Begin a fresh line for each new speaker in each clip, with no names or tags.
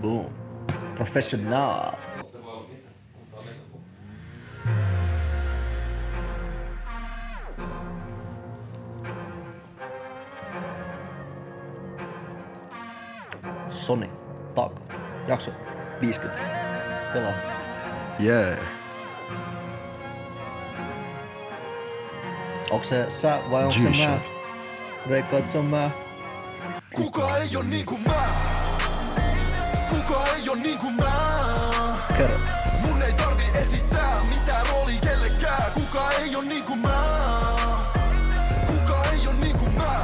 Boom. Professional. Sony, taakka, jakso 50. Pelaa.
Yeah.
Onko se sä vai onko se mä?
G-Shock.
Veikkaat että se on mä.
Kuka ei oo niinku mä? Kuka ei oo niinku mä?
Kerro.
Mun ei tarvi esittää mitään rooli kellekään Kuka ei oo niinku mä? Kuka ei oo niinku mä?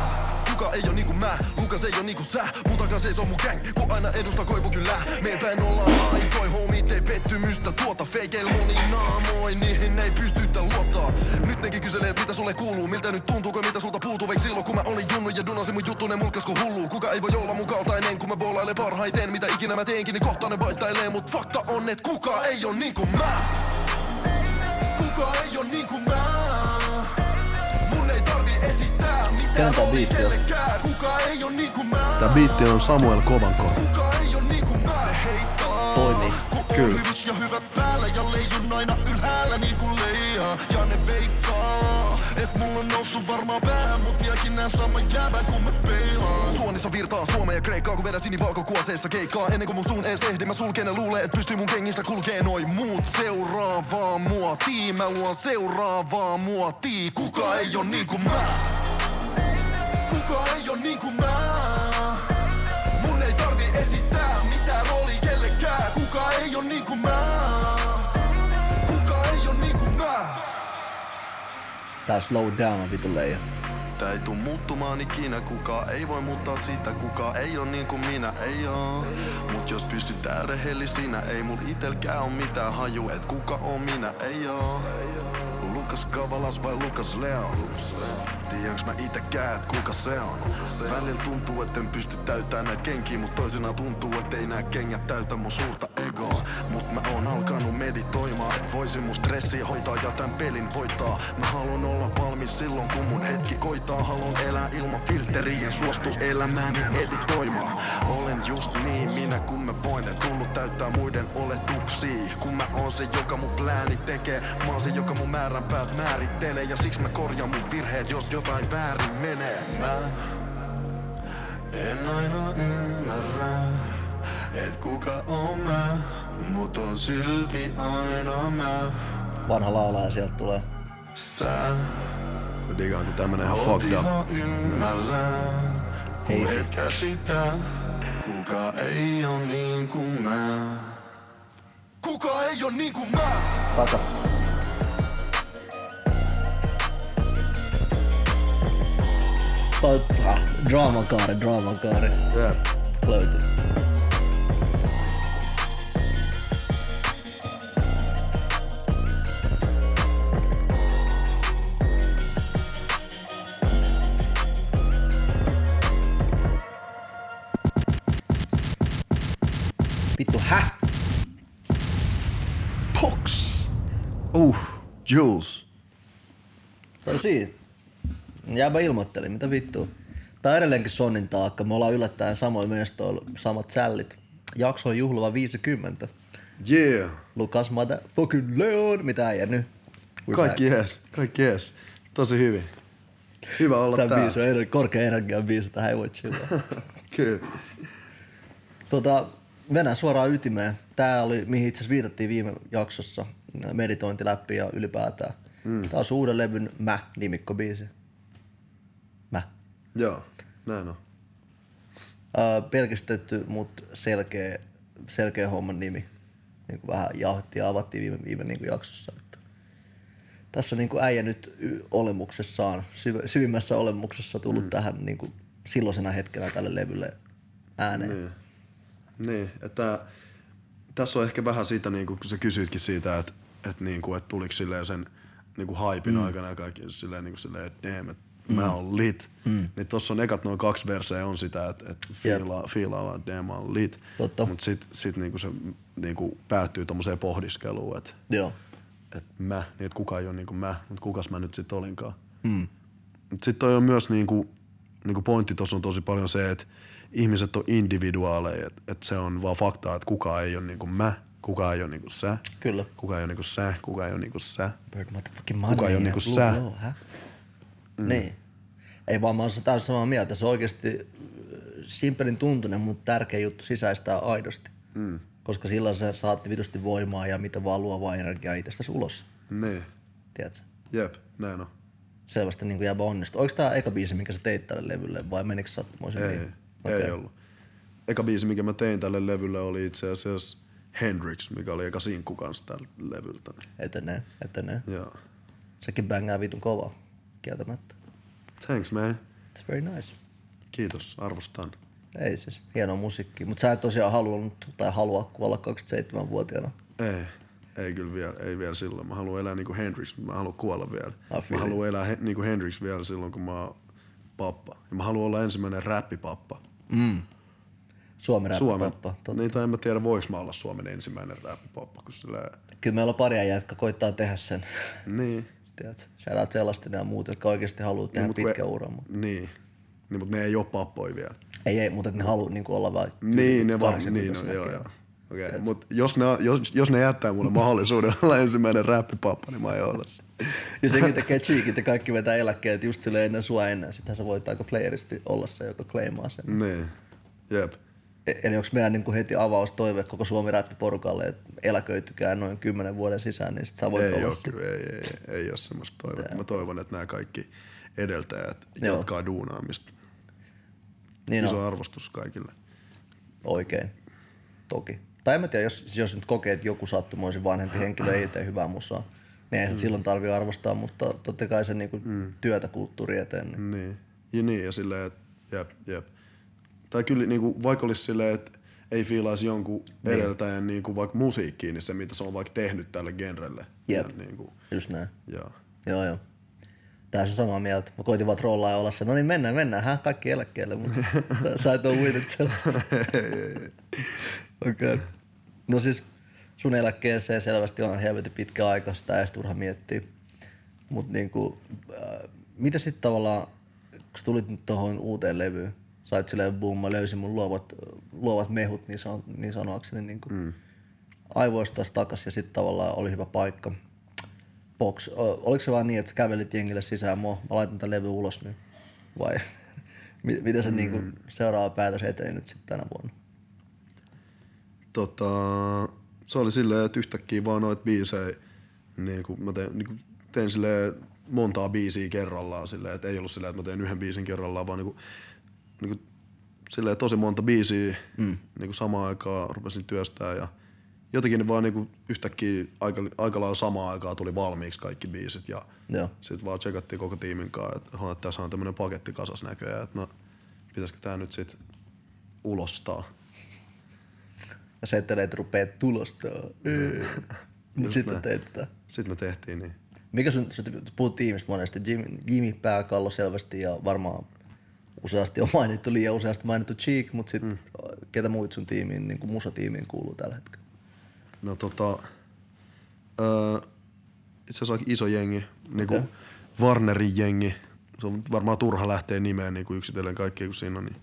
Kuka ei oo niinku mä? Kuka se ei oo niinku sä? Mun takaa seisoo mun gang, kun aina edusta koivu kyllä Meidän päin ollaan aikoi, homit ei pettymystä tuota Feikeil moni naamoi, niihin ei pystytä luottaa Nyt nekin kyselee, et mitä sulle kuuluu Miltä nyt tuntuuko, mitä sulta puutuu Veik silloin, kun mä olin junnu ja dunasin mun juttu Ne mulkas kun hullu Kuka ei voi olla mun kaltainen, kun mä boolailen parhaiten Mitä ikinä mä teenkin, niin kohta ne vaihtailee Mut fakta on, et kuka ei oo niinku mä Kuka ei oo niinku mä Mun ei tarvi esittää
Kenen
mitään
tää
rooli
biitti on?
kellekään Kuka ei oo niinku mä
Tää biitti on Samuel Kovanko.
Kuka ei oo niinku mä heittaa
Toimii.
Kun
Kyllä.
on hyvys ja hyvät päällä ja leijun aina ylhäällä niinku leijaa Ja ne veikkaa Et mulla on noussut varmaan päähän mut vieläkin nää sama jäävän kun mä peilaan Suonissa virtaa Suomea ja Kreikkaa kun vedän sinivalkokuoseissa keikkaa Ennen kuin mun suun ees ehdi mä sulkeen ne luulee et pystyy mun kengissä kulkee noin muut Seuraavaa mua tii mä luon seuraavaa mua tii Kuka ei oo niinku mä Kuka ei oo niinku mä Mun ei tarvi esittää mitään rooli kellekään Kuka ei oo niinku mä Kuka ei oo niinku mä
Tää slow down on vitu leija.
Tää ei tuu muuttumaan ikinä Kuka ei voi muuttaa sitä Kuka ei oo niinku minä Ei oo Mut jos pysytään rehellisinä Ei mul itelkään oo mitään haju Et kuka on minä Ei oo Lukas Kavalas vai Lukas Leon? Tiedänks mä itekään, et kuka se on? Välillä tuntuu, etten pysty täyttämään näitä kenkiä Mut toisinaan tuntuu, et ei nää kengät täytä mun suurta egoa Mut mä oon alkanut meditoimaan Et voisin mun stressiä hoitaa ja tän pelin voittaa Mä haluan olla valmis silloin, kun mun hetki koittaa Haluan elää ilman filteriä ja suostu elämääni editoimaan Olen just niin minä kun mä voin En tullut täyttää muiden oletuksia Kun mä oon se, joka mun plääni tekee Mä oon se, joka mun määränpäät määrittelee Ja siksi mä korjaan mun virheet, jos jotain väärin menee Mä en aina ymmärrä Et kuka on mä Mut on silti aina mä
Vanha laulaja sieltä tulee.
Sä
Mä digaan, kun tää menee ihan
oot
fucked up.
ihan ymmällään
Ei
Kun
se-
et käsitä Kuka ei oo niin kuin mä Kuka ei oo niin kuin mä
Takas. Toi, ah, draamakaari, draamakaari.
Yeah.
Löytyy. Vittu, häh?
Pox. Uh, Jules.
Se oli siinä. Jääpä ilmoittelin, mitä vittua. Tää on edelleenkin Sonnin taakka. Me ollaan yllättäen samoin mestoilla, samat sällit. Jakso on juhlava 50.
Yeah.
Lukas Mata, fucking Leon, mitä ei nyt. We're
Kaikki
back.
jees, kaikki jees. Tosi hyvin. Hyvä olla
Tää
täällä.
biisi on ener- korkea energia biisi, tähän ei voi chillaa.
Kyllä.
tota, mennään suoraan ytimeen. Tää oli, mihin itse asiassa viitattiin viime jaksossa, meditointi läpi ja ylipäätään. Mm. Tää on sun uuden levyn Mä-nimikko biisi. Mä.
Joo, näin on.
Äh, pelkistetty, mutta selkeä, selkeä homman nimi. Niin kuin vähän jauhettiin ja avattiin viime, viime niin kuin jaksossa. Että tässä on niin kuin äijä nyt y- olemuksessaan, syv- syvimmässä olemuksessa tullut mm. tähän niin kuin silloisena hetkenä tälle levylle ääneen. Mm.
Niin. Niin, että tässä on ehkä vähän siitä, niin kuin, kun sä kysyitkin siitä, että, että, niin kuin, että tuliko silleen sen niin kuin hypein mm. aikana ja kaikki silleen, niin kuin silleen että damn, että mm. mä oon lit. Mm. Niin tossa on ekat noin kaksi verseä on sitä, että, että
Jep.
fiilaa, fiilaa vaan, että damn, mä oon lit.
Totta.
Mutta sit, sit niin kuin se niin kuin päättyy tommoseen pohdiskeluun, että,
Joo.
että mä, niin että kuka ei ole niin kuin mä, mutta kukas mä nyt sit olinkaan. Mm. Mutta sitten toi on myös niinku, niinku pointti tuossa on tosi paljon se, että ihmiset on individuaaleja, että et se on vaan faktaa, että kuka ei ole niinku mä, kuka ei ole niinku sä,
Kyllä.
kuka ei ole niinku sä, kuka ei ole niinku sä.
Bird motherfucking money.
Kuka ei oo
ja
niinku
Blue
sä? Mm.
Law, hä? Niin. Ei vaan, mä oon täysin samaa mieltä. Se on oikeasti simpelin tuntunen, mutta tärkeä juttu sisäistää aidosti. Mm. Koska silloin sä saat vitusti voimaa ja mitä vaan luovaa energiaa itsestäsi ulos.
Niin,
Tiedätkö?
jep, näin on.
Selvästi niin jäbä onnistuu. Oliko tää eka biisi, minkä sä teit tälle levylle vai menikö sattumoisin?
Ei, okay. ei ollut. Eka biisi, mikä mä tein tälle levylle, oli itse asiassa Hendrix, mikä oli eka sinkku kanssa tältä levyltä. niin.
Etenee, etenee.
Joo.
Sekin bängää vitun kovaa, kieltämättä.
Thanks man.
It's very nice.
Kiitos, arvostan.
Ei siis, hienoa musiikki. Mutta sä et tosiaan halunnut tai halua kuolla 27-vuotiaana.
Ei, ei kyllä vielä, ei vielä silloin. Mä haluan elää niinku Hendrix, mä haluan kuolla vielä.
Ah,
mä
feel
haluan elää he, niinku Hendrix vielä silloin, kun mä oon pappa. Ja mä haluan olla ensimmäinen räppipappa.
Suomi
Suomen.
räppipappa. Totta.
Niin, tai en mä tiedä, voiko mä olla Suomen ensimmäinen räppipappa, kun sillä...
Kyllä meillä on paria jätkä, koittaa tehdä sen.
Niin.
Tiedät, Shoutout Celastinen ja muut, jotka oikeasti haluaa tehdä
mut kun-
pitkän uran. Mut.
Niin. Niin, mutta ne ei oo pappoja vielä.
Ei, ei, mutta ne haluaa niinku olla vaan...
Niin, ne vaan,
80
niin, no, joo,
näkee.
joo. Okay. Mut jos ne, jos, jos ne jättää mulle mahdollisuuden olla ensimmäinen räppipappa, niin mä ei olla se.
Ja senkin tekee cheekit ja kaikki vetää eläkkeet just sille ennen sua ennen. Sittenhän sä voit aika playeristi olla se, joka claimaa sen.
Niin, jep.
E- Eli onko meidän niinku heti avaustoive koko Suomi räppiporukalle, että eläköitykää noin 10 vuoden sisään, niin sit sä voit
Ei
olla
ole,
se.
kyllä, ei, ei, ei ole semmoista toivetta. Mä toivon, että nämä kaikki edeltäjät
Joo.
jatkaa duunaamista.
Niin on.
Iso arvostus kaikille.
Oikein. Toki. Tai en mä tiedä, jos, jos nyt kokee, että joku sattumoisin vanhempi henkilö ei tee hyvää musaa, niin eihän mm. silloin tarvi arvostaa, mutta totta kai se niinku mm. työtä kulttuuri eteen. Niin.
Niin. Ja niin, ja silleen, että jep, jep. Tai kyllä niinku, vaikka olisi silleen, että ei fiilaisi jonkun niin. edeltäjän niinku, vaikka musiikkiin, niin se mitä se on vaikka tehnyt tälle genrelle.
Jep.
Ja, niinku,
Just näin.
ja.
Joo, joo. Tässä on samaa mieltä. Mä koitin vaan trollaa ja olla se, no niin mennään, mennään, hä? kaikki eläkkeelle, mutta sä- sä et ole uitet sellaista. Okei. Okay. No siis sun eläkkeeseen selvästi on helvetin pitkä aika, sitä ei turha miettiä. Mutta niinku, äh, mitä sitten tavallaan, kun tulit nyt tuohon uuteen levyyn, sait silleen boom, mä löysin mun luovat, luovat mehut niin, san, niin sanoakseni niinku, mm. aivoista taas takas ja sitten tavallaan oli hyvä paikka. Box, ö, oliko se vaan niin, että sä kävelit jengille sisään, mua, mä laitan tämän levy ulos nyt, vai mi- mitä se mm. niinku, seuraava päätös eteni nyt sitten tänä vuonna?
Tota, se oli silleen, että yhtäkkiä vaan noit biisejä, niin kuin mä tein, niin kuin tein silleen montaa biisiä kerrallaan silleen, että ei ollut silleen, että mä tein yhden biisin kerrallaan, vaan niin kuin, niin kuin, silleen tosi monta biisiä mm. niin kuin samaan aikaan rupesin työstää ja jotenkin ne vaan niin kuin yhtäkkiä aika, aika lailla samaan aikaan tuli valmiiksi kaikki biisit ja
Joo.
sitten vaan tsekattiin koko tiimin kanssa, että, aha, että tässä on tämmöinen paketti kasas näköjään, että no pitäisikö tää nyt sit ulostaa.
Ja se, että ne et rupee tulosta. Mut
Just
sitten
näin.
teit tätä.
Sitten me tehtiin niin.
Mikä sun, sä puhut tiimistä monesti, Jimmy, Jimmy Pääkallo selvästi ja varmaan useasti on mainittu, liian useasti mainittu Cheek, mutta sitten mm. ketä muut sun tiimiin, niin kuin musatiimiin kuuluu tällä hetkellä?
No tota, öö, itse asiassa aika iso jengi, niinku
Okei.
Warnerin jengi. Se on varmaan turha lähteä nimeen niinku yksitellen kaikkea, kun siinä on niin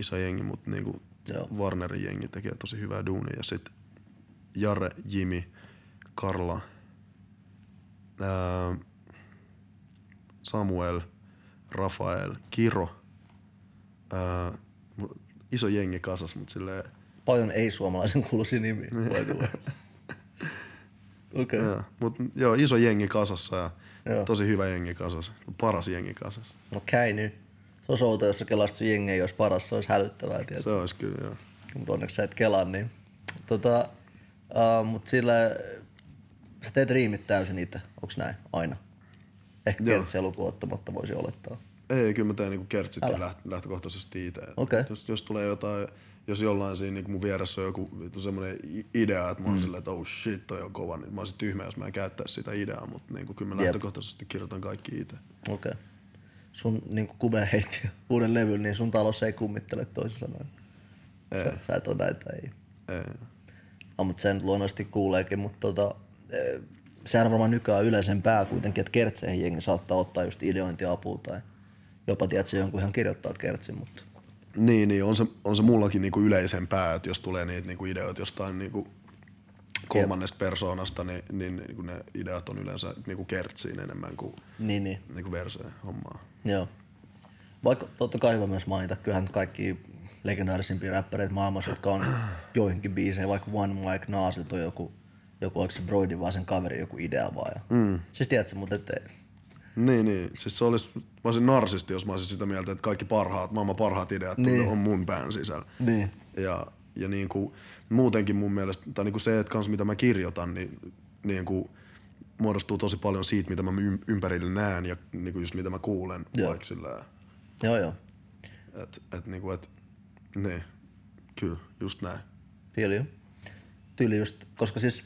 iso jengi, mutta niinku
Joo.
Warnerin jengi tekee tosi hyvää duunia. Ja sit Jare, Jimi, Karla, öö, Samuel, Rafael, Kiro. Öö, mu- iso jengi kasas, mutta silleen
Paljon ei-suomalaisen kuuluisia nimiä. by the way. Okei. Okay.
Joo, mut, joo, iso jengi kasassa ja
Joo.
joo. tosi hyvä jengi kasassa. Paras jengi kasassa.
No käy nyt. Se olisi outoa, jos sä kelasit sun jengiä, jos paras, se olisi hälyttävää. Tietysti.
Se olisi kyllä, joo.
mutta onneksi sä et kelaa, niin. Tota, uh, mut sillä, sä teet riimit täysin itse, onks näin? Aina. Ehkä
Joo.
kertsiä lukuun ottamatta voisi olettaa.
Ei, kyllä mä teen niinku kertsit
Älä.
läht, lähtökohtaisesti itse.
Okei.
Jos, jos tulee jotain, jos jollain siinä niinku mun vieressä on joku vittu semmoinen i- idea, että mä oon mm. silleen, että oh shit, toi on kova, niin mä oon sit tyhmä, jos mä en käyttäisi sitä ideaa, mutta niinku, kyllä mä
Jep.
lähtökohtaisesti kirjoitan kaikki itse.
Okei. Okay. Sun niin kube heitti uuden levyn, niin sun talossa ei kummittele toisin sanoen. Sä, sä et ole näitä, ei.
Ei.
No, mutta sen luonnollisesti kuuleekin, mutta tota, eh, sehän on varmaan nykyään yleisempää kuitenkin, että kertseihin jengi saattaa ottaa just ideointiapua tai jopa tiedät, se jonkun ihan kirjoittaa kertsin, mutta
Niin, niin on, se, on se mullakin niinku yleisempää, että jos tulee niitä niinku ideoita jostain niinku kolmannesta persoonasta, niin, niin niinku ne ideat on yleensä niinku kertsiin enemmän kuin
Niin, niin.
niinku verseen hommaa.
Joo. Vaikka totta kai hyvä myös mainita, kyllähän nyt kaikki legendaarisimpia räppäreitä maailmassa, jotka on joihinkin biiseihin, vaikka One Mike Naasilta on joku, joku oliko se Broidi vai sen kaveri joku idea vaan. Ja... Mm. Siis tiedätkö, mutta ette,
Niin, niin. Siis se olisi, mä olisin narsisti, jos mä olisin sitä mieltä, että kaikki parhaat, maailman parhaat ideat
Niin.
niin. on mun pään sisällä.
Niin.
Ja, ja niin kuin, muutenkin mun mielestä, tai niin kuin se, että kans mitä mä kirjoitan, niin, niin kuin, muodostuu tosi paljon siitä, mitä mä ym- ympärillä näen ja niin kuin just mitä mä kuulen.
Joo.
Vaikka sillä,
joo joo,
et, et, niin kuin, et, niin, kyllä, just näin.
Feel you. Tyyli just, koska siis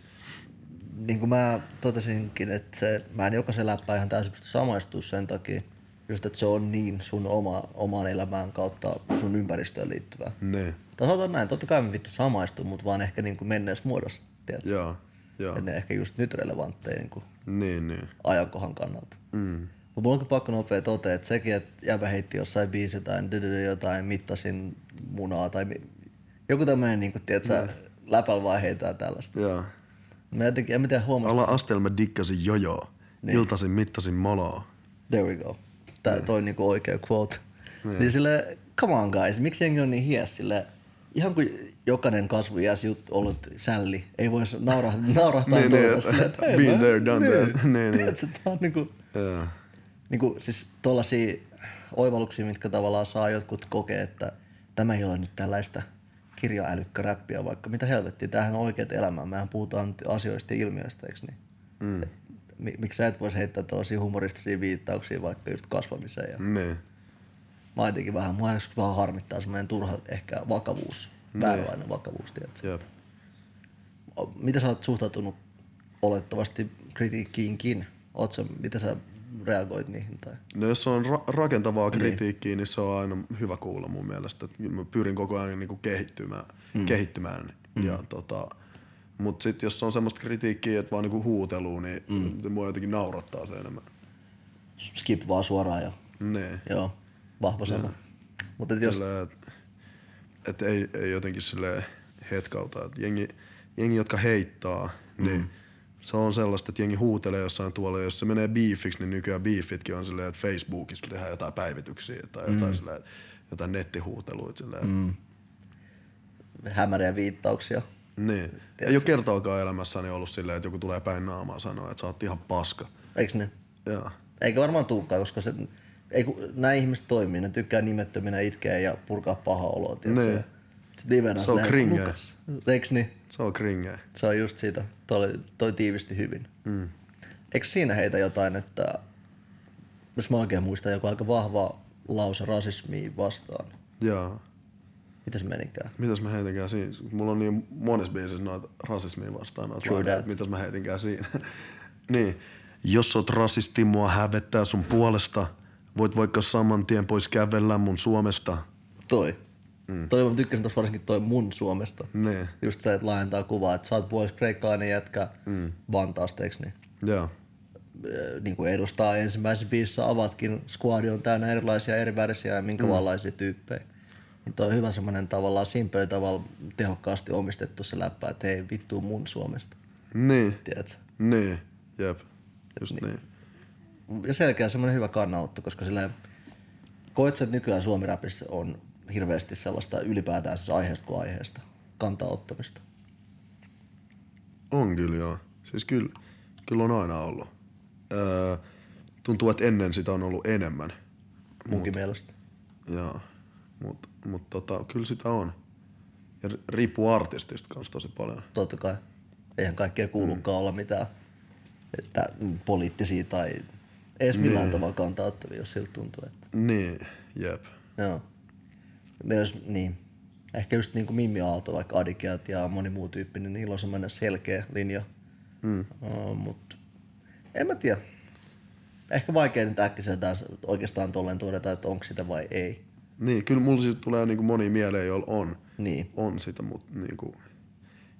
niin kuin mä totesinkin, että se, mä en jokaisen läppää ihan täysin pysty samaistumaan sen takia, just että se on niin sun oma, omaan elämään kautta sun ympäristöön liittyvää.
Niin,
Tai sanotaan näin, totta kai me vittu samaistun, mutta vaan ehkä niin kuin menneessä muodossa, tiedätkö?
joo, joo,
Ja ne ehkä just nyt relevantteja niin kuin
niin, niin,
ajankohan kannalta. Mm. Mutta mulla onkin pakko nopea totea, että sekin, että jäbä heitti jossain biisi jotain, dydydö jotain, mittasin munaa tai mi- joku tämmöinen, niin kuin, tiedätkö, mm. läpällä vaan heittää tällaista.
joo.
Mä jotenkin, en mä tiedä huomasin.
Alla asteella mä dikkasin jojoa, niin. iltasin mittasin moloa.
There we go. Tää
Niin.
toi on niinku oikea quote. Niin sille, come on guys, miksi jengi on niin hies sille, ihan kuin jokainen kasvuiäs jut ollut sälli, ei voisi naura, naurahtaa
Niin,
tuolta
niin,
silleen, että hei,
been
mä-
there, done that. Niin, niin.
Tiedätkö, tää on niinku,
Joo.
niinku siis tollasia oivalluksia, mitkä tavallaan saa jotkut kokea, että tämä ei ole nyt tällaista kirjaälykkä räppiä, vaikka mitä helvettiä, tämähän on oikeat elämää, mehän puhutaan nyt asioista ja ilmiöistä, eikö niin? Mm. Miksi sä et voisi heittää tällaisia humoristisia viittauksia vaikka just kasvamiseen ja
Niin.
Mä jotenkin vähän, mua joskus vähän harmittaa semmoinen turha ehkä vakavuus, päällainen vakavuus, tiedätkö?
Jep.
Mitä sä oot suhtautunut olettavasti kritiikkiinkin? Oot sä, mitä sä reagoit niihin? Tai?
No jos on ra- rakentavaa kritiikkiä, niin se on aina hyvä kuulla mun mielestä. Et mä pyrin koko ajan niinku kehittymään. Mm. kehittymään. Mm. Ja tota, mutta sitten jos on semmoista kritiikkiä, että vaan niinku huuteluu, niin mm. mua jotenkin naurattaa se enemmän.
Skip vaan suoraan ja
Niin.
joo, vahva sana. Mutta et jos,
Silleen, et, et ei, ei jotenkin sille hetkauta. Et jengi, jengi, jotka heittää, niin se on sellaista, että jengi huutelee jossain tuolla. Jos se menee biifiksi, niin nykyään biifitkin on silleen, että Facebookissa tehdään jotain päivityksiä tai jotain, silleen, jotain nettihuuteluita. Silleen. Mm.
hämäriä viittauksia.
Niin. Ei ole kertaakaan elämässäni ollut silleen, että joku tulee päin naamaa sanoa, että sä oot ihan paska.
Eiks ne?
Joo.
Eikä varmaan tuukkaan, koska se, ei, kun, nämä ihmiset toimii, ne tykkää nimettöminä itkeä ja purkaa pahaa oloa. tiedätkö?
Niin.
Sitten livenä
Se on
silleen,
kringeä.
Lukas, Eiks niin?
Se on kringeä.
Se on just siitä. Toi, toi tiivisti hyvin. Mm. Eikö siinä heitä jotain, että jos mä oikein muistan, joku aika vahva lause rasismiin vastaan.
Joo.
Mitä se menikään?
Mitäs mä heitinkään siinä? Mulla on niin monessa biisissä noita rasismia vastaan noita
True
laineja,
that.
että mitäs mä heitinkään siinä. niin. Jos oot rasisti, mua hävettää sun puolesta. Voit vaikka saman tien pois kävellä mun Suomesta.
Toi. Mm. Toi mä tykkäsin tossa varsinkin toi mun Suomesta.
Niin.
Just se, että laajentaa kuvaa, että sä oot puolis kreikkalainen jätkä mm. Vantaasta, eiks niin?
Joo.
Ö, niin kuin edustaa ensimmäisessä biisissä avatkin, skuadi on täynnä erilaisia eri värisiä ja minkä mm. tyyppejä. Niin toi on hyvä semmonen tavallaan simpeli tavalla tehokkaasti omistettu se läppä, että hei vittu mun Suomesta,
Niin.
tiedätkö?
Niin. Jep. Just niin.
Ja selkeä semmonen hyvä kannanotto, koska sillä koet sä, että nykyään suomirapissa on hirveästi sellaista ylipäätään siis aiheesta kuin aiheesta kantaa ottamista.
On kyllä joo. Siis kyllä, kyllä on aina ollut. Öö, tuntuu, että ennen sitä on ollut enemmän.
Munkin mielestä.
Joo. Mutta mut tota, kyllä sitä on. Ja ri- riippuu artistista kanssa tosi paljon.
Totta kai. Eihän kaikkea kuulukaan mm. olla mitään että, mm, poliittisia tai edes millään tavalla kantaa ottavia, jos siltä tuntuu. Että.
Niin, jep.
Joo. Ne Jos, niin. Ehkä just niin kuin Mimmi Aalto, vaikka Adikiat ja moni muu tyyppi, niin niillä on semmoinen selkeä linja. Mm. Uh, mut en mä tiedä. Ehkä vaikea nyt äkkiseltään oikeastaan tolleen todeta, että onko sitä vai ei.
Niin, kyllä mulla siitä tulee niinku moni mieleen, joilla on,
Niin.
on sitä, mutta niinku,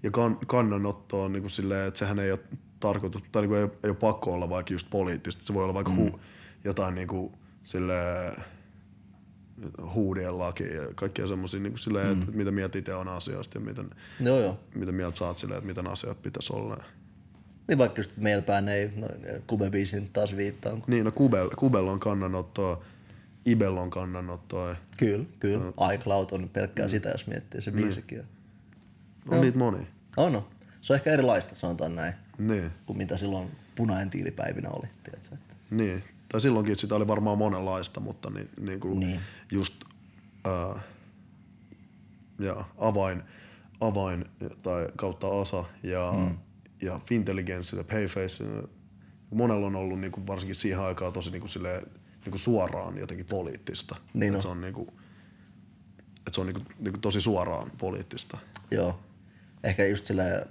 ja kan, kannanotto on niinku silleen, että sehän ei ole tarkoitus, tai niinku ei, ei ole pakko olla vaikka just poliittista. Se voi olla vaikka mm. hu, jotain niinku silleen, huudien laki ja kaikkia semmoisia, niin silleen, mm. että mitä mieltä itse on asioista ja miten,
Joo joo.
mitä mieltä sä oot silleen, että miten asiat pitäisi olla.
Niin vaikka just meilpäin ei, no, kubebiisin taas viittaan.
Niin, no Kubel, Kubel on kannanottoa, Ibel on kannanottoa,
Kyllä, kyllä. Mm. iCloud on pelkkää sitä, jos miettii se biisikin. ja-
on niitä moni.
On, on. Se on ehkä erilaista, sanotaan näin,
Niin,
kuin mitä silloin punainen tiilipäivinä oli. Tiedätkö? Että
niin. Tai silloinkin sitä oli varmaan monenlaista, mutta ni, niin kuin
Niin.
just ää, ja avain, avain tai kautta asa ja, mm. ja Fintelligence ja Payface, monella on ollut niin kuin varsinkin siihen aikaan tosi niin kuin silleen, niin kuin suoraan jotenkin poliittista.
Niin
Et
on.
se on, niin kuin, että se on niin kuin, niin kuin tosi suoraan poliittista.
Joo. Ehkä just sillä äh,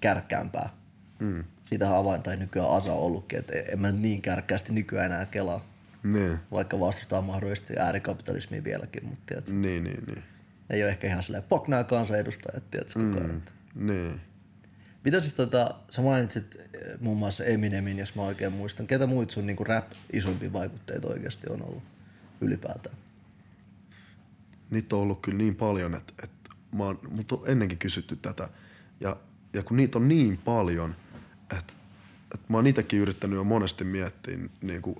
kärkkäämpää. Mm. Siitähän avainta ei nykyään asa ollutkin, että en mä niin kärkkäästi nykyään enää kelaa.
Niin,
Vaikka vastustaa mahdollisesti äärikapitalismia vieläkin, mutta tiedätkö,
niin, niin, niin.
ei ole ehkä ihan silleen, fuck nää kansanedustajat, tiedätkö, koko ajan. että-
niin.
Mitä siis tota, sä mainitsit eh, muun muassa Eminemin, jos mä oikein muistan. Ketä muut sun niinku rap isompia vaikutteita oikeasti on ollut ylipäätään?
niitä on ollut kyllä niin paljon, että, että mä oon, mut on ennenkin kysytty tätä. Ja, ja kun niitä on niin paljon, että, että mä oon itsekin yrittänyt jo monesti miettiä, niin kuin,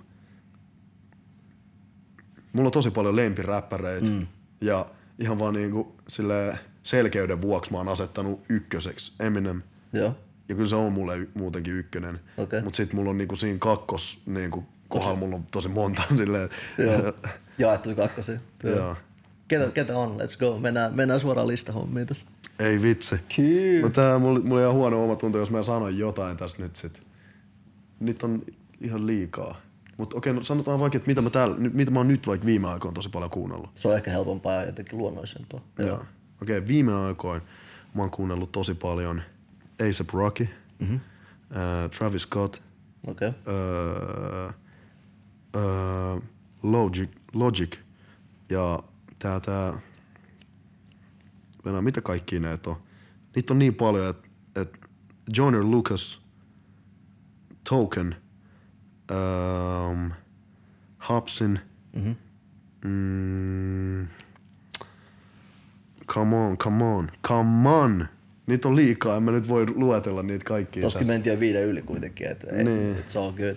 mulla on tosi paljon lempiräppäreitä mm. ja ihan vaan niin kuin, sille selkeyden vuoksi mä oon asettanut ykköseksi Eminem.
Joo.
Ja kyllä se on mulle y- muutenkin ykkönen.
Okei.
Mutta sitten mulla on niinku siinä kakkos niinku, kohdalla mulla on tosi monta silleen.
Jaettu kakkosen.
Joo.
Ketä, ketä on? Let's go. Mennään, mennään suoraan listahommiin tässä.
Ei vitsi.
Kyllä.
No tää, mulla, mulla on ihan huono oma tunto, jos mä sanon jotain tässä nyt sit. Niitä on ihan liikaa. Mutta okei, no sanotaan vaikka, että mitä mä, täällä, nyt- mitä mä oon nyt vaikka viime aikoina tosi paljon kuunnellut.
Se on ehkä helpompaa ja jotenkin luonnollisempaa.
Joo. Okei, viime aikoina mä oon kuunnellut tosi paljon A$AP Rocky, mm-hmm. äh, Travis Scott,
Okei. Okay.
äh, äh, Logic, Logic ja tää, tää Venä, mitä kaikki näitä on? Niitä on niin paljon, että et Joyner Lucas, Token, ähm, Hobson, mm-hmm. mm, come on, come on, come on. Niitä on liikaa, en mä nyt voi luetella niitä kaikkia.
Toskin
tässä.
mentiin jo viiden yli kuitenkin, että
Niin.
niin. it's all good. Mä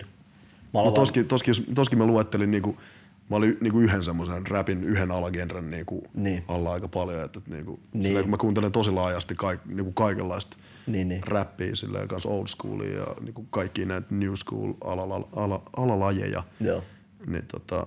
No
olen
toskin, toskin, jos- toskin mä luettelin niinku, mä olin niinku yhden semmoisen rapin, yhden alagenren niinku
Niin.
alla aika paljon. Että, että niinku,
Niin.
silleen, kun mä kuuntelen tosi laajasti kaik, niinku kaikenlaista
Niin, niin.
rappia, silleen, kans old schoolia ja niinku kaikki näitä new school alala- ala, alalajeja.
Joo.
Niin tota,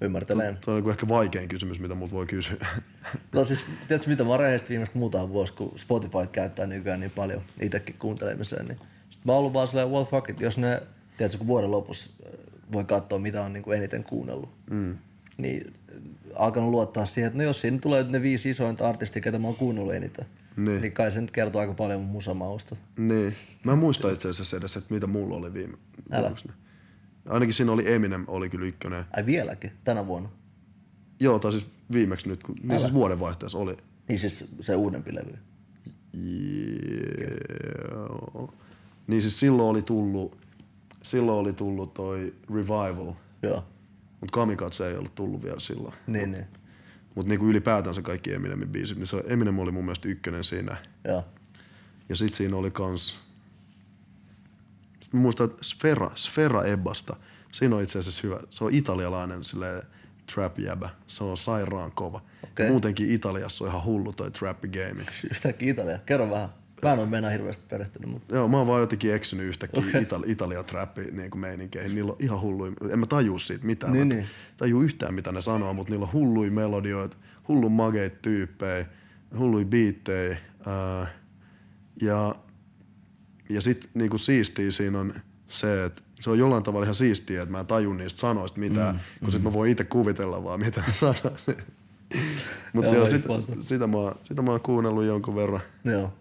Ymmärtelen.
se on niinku ehkä vaikein kysymys, mitä multa voi kysyä.
No siis, tiedätkö mitä, mä oon rehellisesti viimeiset muutama vuosi, kun Spotify käyttää nykyään niin paljon itsekin kuuntelemiseen, niin sit mä oon ollut vaan silleen, well fuck it, jos ne, tiedätkö, kun vuoden lopussa äh, voi katsoa, mitä on niin kuin eniten kuunnellut, mm. niin äh, alkanut luottaa siihen, että no jos siinä tulee nyt ne viisi isointa artistia, ketä mä oon kuunnellut eniten,
Niin.
niin, niin kai se nyt kertoo aika paljon mun musamausta.
niin. Mä en muista itse asiassa edes, että mitä mulla oli viime.
Älä.
viimeksi. Ainakin siinä oli Eminem, oli kyllä ykkönen.
Ai vieläkin, tänä vuonna.
Joo, tai siis viimeksi nyt, kun, niin siis vuodenvaihteessa oli.
Niin siis se uudempi levy.
Joo. Niin siis silloin oli tullut, silloin oli tullut toi Revival,
Joo,
mutta Kamikatse ei ollut tullut vielä silloin.
niin, niin.
Mutta niinku ylipäätänsä kaikki Eminemin biisit, niin se Eminem oli mun mielestä ykkönen siinä.
Joo.
Ja sit siinä oli kans, sit mä muistan, että Sfera, Sfera Ebbasta, siinä on itse asiassa hyvä, se on italialainen silleen trap jäbä, se on sairaan kova.
Okei.
Muutenkin Italiassa on ihan hullu toi trap game.
Yhtäkkiä Italia. Kerro vähän. Mä en ole mennä hirveästi perehtynyt, mutta
Joo, mä oon vaan jotenkin eksynyt yhtäkkiä okay. Itali- Italia trappi niin kuin meininkeihin. Niillä on ihan hulluja, en mä tajua siitä mitään.
Niin,
mä
niin.
tajuu yhtään mitä ne sanoo, mutta niillä on hulluja melodioita, hullun mageita tyyppejä, hulluja biittejä. Ää, ja ja sit niinku siistiä siinä on se, että se on jollain tavalla ihan siistiä, että mä en taju niistä sanoista mitään, mm, kun sit mä voin itse kuvitella vaan mitä ne sanoo. Mutta
Joo,
joo,
ei
sit,
passu.
sitä, mä, oon- sitä mä oon kuunnellut jonkun verran.
Joo.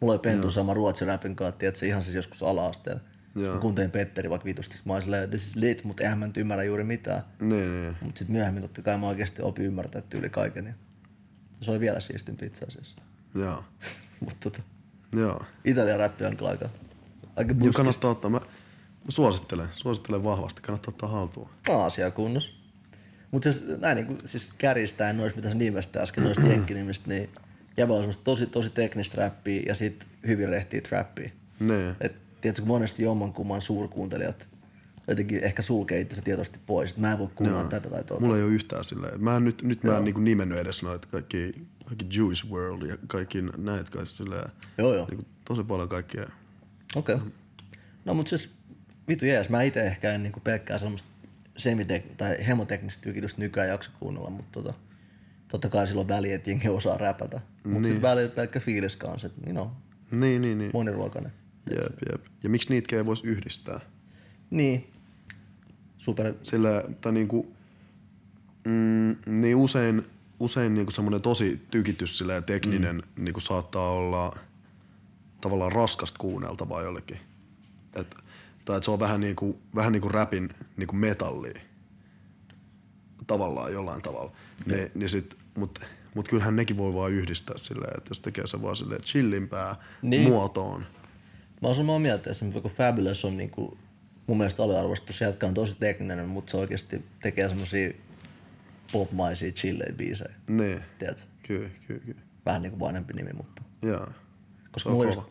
Mulla oli pentu sama ruotsin räpin kautta, että se ihan siis joskus ala-asteella.
Joo.
Mä kuuntelin Petteri vaikka vitusti, sit mä olin silleen, this is lit, mutta eihän mä nyt ymmärrä juuri mitään.
Niin, niin.
Mut sit myöhemmin totta kai mä oikeesti opin ymmärtää tyyli kaiken. ja Se oli vielä siistimpi itse asiassa.
Joo.
Mutta tota,
Joo.
Italian räppi on kyllä aika, aika
Joo,
buskista.
kannattaa ottaa. Mä, mä suosittelen, suosittelen vahvasti. Kannattaa ottaa haltuun.
Tää on asia kunnossa. Mutta siis, näin niin siis kärjistäen noista, mitä sä nimestä äsken, noista jenkkinimistä, niin jäbä on semmoista tosi, tosi teknistä räppiä ja sit hyvin rehtiä trappia.
Niin.
Et, tiedätkö, kun monesti jommankumman suurkuuntelijat jotenkin ehkä sulkee itsensä tietoisesti pois, että mä en voi kuunnella
Joo.
tätä tai tuota.
Mulla ei ole yhtään sillä. Mä en, nyt, nyt mä en niinku nimennyt edes noita kaikki, kaikki Jewish World ja kaikki näitä kai sillä.
Joo, joo.
Niinku, tosi paljon kaikkea.
Okei. Okay. No mut siis vitu jees, mä itse ehkä en niinku pelkkää semmoista semitek- tai hemoteknistä tykitystä nykyään jaksa kuunnella, mutta tota, totta kai silloin väliä, että jengi osaa räpätä. Mutta niin. sitten välillä pelkkä fiilis kanssa, että niin no,
Niin, niin, niin.
moniruokainen.
Jep, jep. Ja miksi niitä ei voisi yhdistää?
Niin. Super.
Sillä, tai niinku, mm, niin usein, usein niinku semmoinen tosi tykitys sillä ja tekninen mm. niinku saattaa olla tavallaan raskasta kuunneltavaa jollekin. Et, tai et se on vähän niinku, vähän niinku räpin niinku metallia. Tavallaan jollain tavalla. Ne, niin sit, mut, mut kyllähän nekin voi vaan yhdistää silleen, että jos tekee se vaan silleen chillimpää
Niin.
niin. muotoon.
Mä oon samaa mieltä, että esimerkiksi joku Fabulous on niinku, mun mielestä aliarvostus jätkä on tosi tekninen, mutta se oikeasti tekee semmosia popmaisia chillejä biisejä.
Niin,
Tiedätkö?
kyllä, kyllä, kyllä.
Vähän niinku vanhempi nimi, mutta...
Joo.
Koska
Se on
mulla
kova.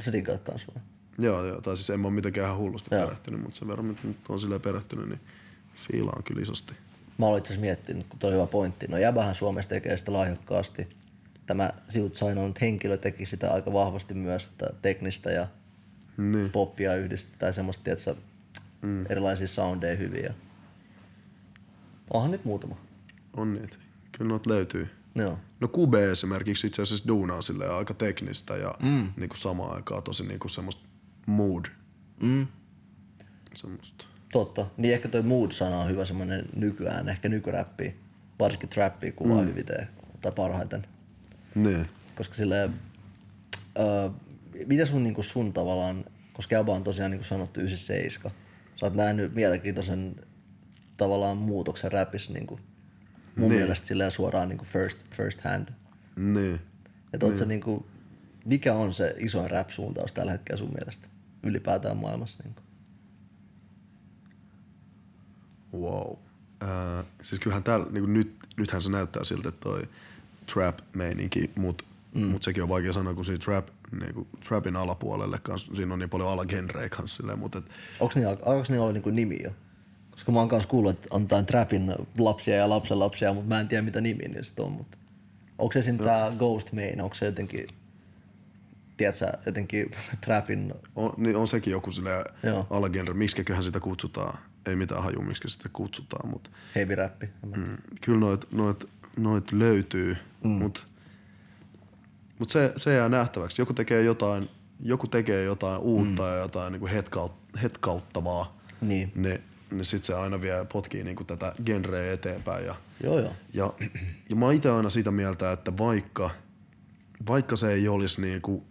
Se diggaat kans vaan.
Joo, joo. Tai siis en mä ole mitenkään ihan hullusti
Joo.
perehtynyt, mutta sen verran, mitä nyt on silleen perehtynyt, niin fiilaan kyllä isosti.
Mä olin itse asiassa miettinyt, kun toi oli hyvä pointti. No jäbähän Suomessa tekee sitä lahjakkaasti. Tämä Siut Sainonut henkilö teki sitä aika vahvasti myös, että teknistä ja
Niin.
poppia yhdistetään semmoista, tietsä, mm. erilaisia soundeja hyviä. Onhan nyt muutama.
On niitä. Kyllä noita löytyy.
Joo.
No Kube esimerkiksi itse asiassa duunaa silleen aika teknistä ja mm. niinku samaan aikaan tosi niinku semmoista mood.
Mm.
Semmoista.
Totta. Niin ehkä toi mood-sana on hyvä semmoinen nykyään, ehkä nykyräppi. Varsinkin trappi kuvaa mm. hyvin te- tai parhaiten.
Niin.
koska silleen, öö, mitä sun, niinku sun tavallaan, koska Jaba on tosiaan niin kuin sanottu 97, sä oot nähnyt mielenkiintoisen tavallaan muutoksen räpissä niin kuin, mun
Niin.
mielestä silleen suoraan niin kuin first, first hand.
Niin.
Et oot sä niin kuin, mikä on se isoin rap-suuntaus tällä hetkellä sun mielestä ylipäätään maailmassa? Niin kuin?
Wow. Äh, siis kyllähän täällä, niin kuin nyt, nythän se näyttää siltä, että toi trap-meininki, mutta mm. mut sekin on vaikea sanoa, kun siinä trap, niin kuin, trapin alapuolelle kanssa, siinä on niin paljon alagenrejä kanssa silleen, mutta et,
Onks niillä, onks niillä ollut niin kuin nimi jo? Koska mä oon kanssa kuullut, että on tämän trapin lapsia ja lapsen lapsia, mutta mä en tiedä mitä nimi niistä on. Mutta... Onko se esim. tää Ghost Main, onko se jotenkin, tiedätkö, sä, jotenkin trapin,
on, niin on sekin joku silleen
Joo.
alagenre, miksiköhän sitä kutsutaan, ei mitään haju, miksi sitä kutsutaan, mutta
heavy rappi? Mm.
mm, kyllä noit, noit, noit löytyy, mm. mutta mut se, se jää nähtäväksi. Joku tekee jotain, joku tekee jotain uutta mm. ja jotain niin kuin hetkaut, hetkauttavaa.
Niin,
ne, ne sit se aina vie potkii niinku tätä genreä eteenpäin. Ja,
joo joo.
ja, ja mä itse aina sitä mieltä, että vaikka, vaikka se ei olisi niinku,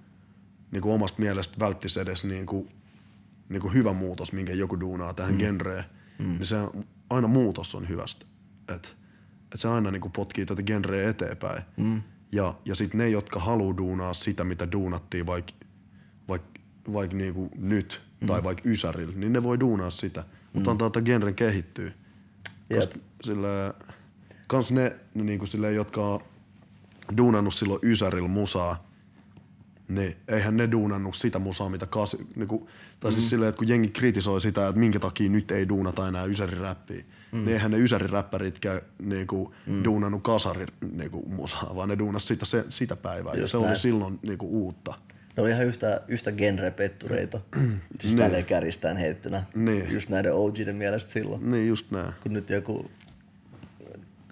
niinku omasta mielestä välttis edes niinku, niinku hyvä muutos, minkä joku duunaa tähän mm. genreen, mm. niin se on- aina muutos on hyvästä. Et, et se aina niinku potkii tätä genreä eteenpäin. Mm. Ja, ja sitten ne, jotka haluaa duunaa sitä, mitä duunattiin vaikka vaik, vaik niinku nyt tai vaikka Ysärillä, niin ne voi duunaa sitä. Mutta antaa tämän genren kehittyä. Koska
Jep.
sillä, kans ne, ne niinku sillä, jotka on duunannut silloin Ysärillä musaa, niin eihän ne duunannut sitä musaa, mitä kas, niinku, tai
Mm.
siis silleen, että kun jengi kritisoi sitä, että minkä takia nyt ei duunata enää ysäriräppiä, mm. niin eihän ne ysäriräppäritkään niinku, mm. duunannut kasari niinku, musaa, vaan ne duunas sitä, se, sitä päivää, ja
Just
se oli
näin.
silloin niinku, uutta.
Ne oli ihan yhtä, yhtä genre-pettureita, siis
Niin.
tälleen kärjistään heittynä,
Niin.
just näiden OGiden mielestä silloin.
Niin just näin.
kun nyt joku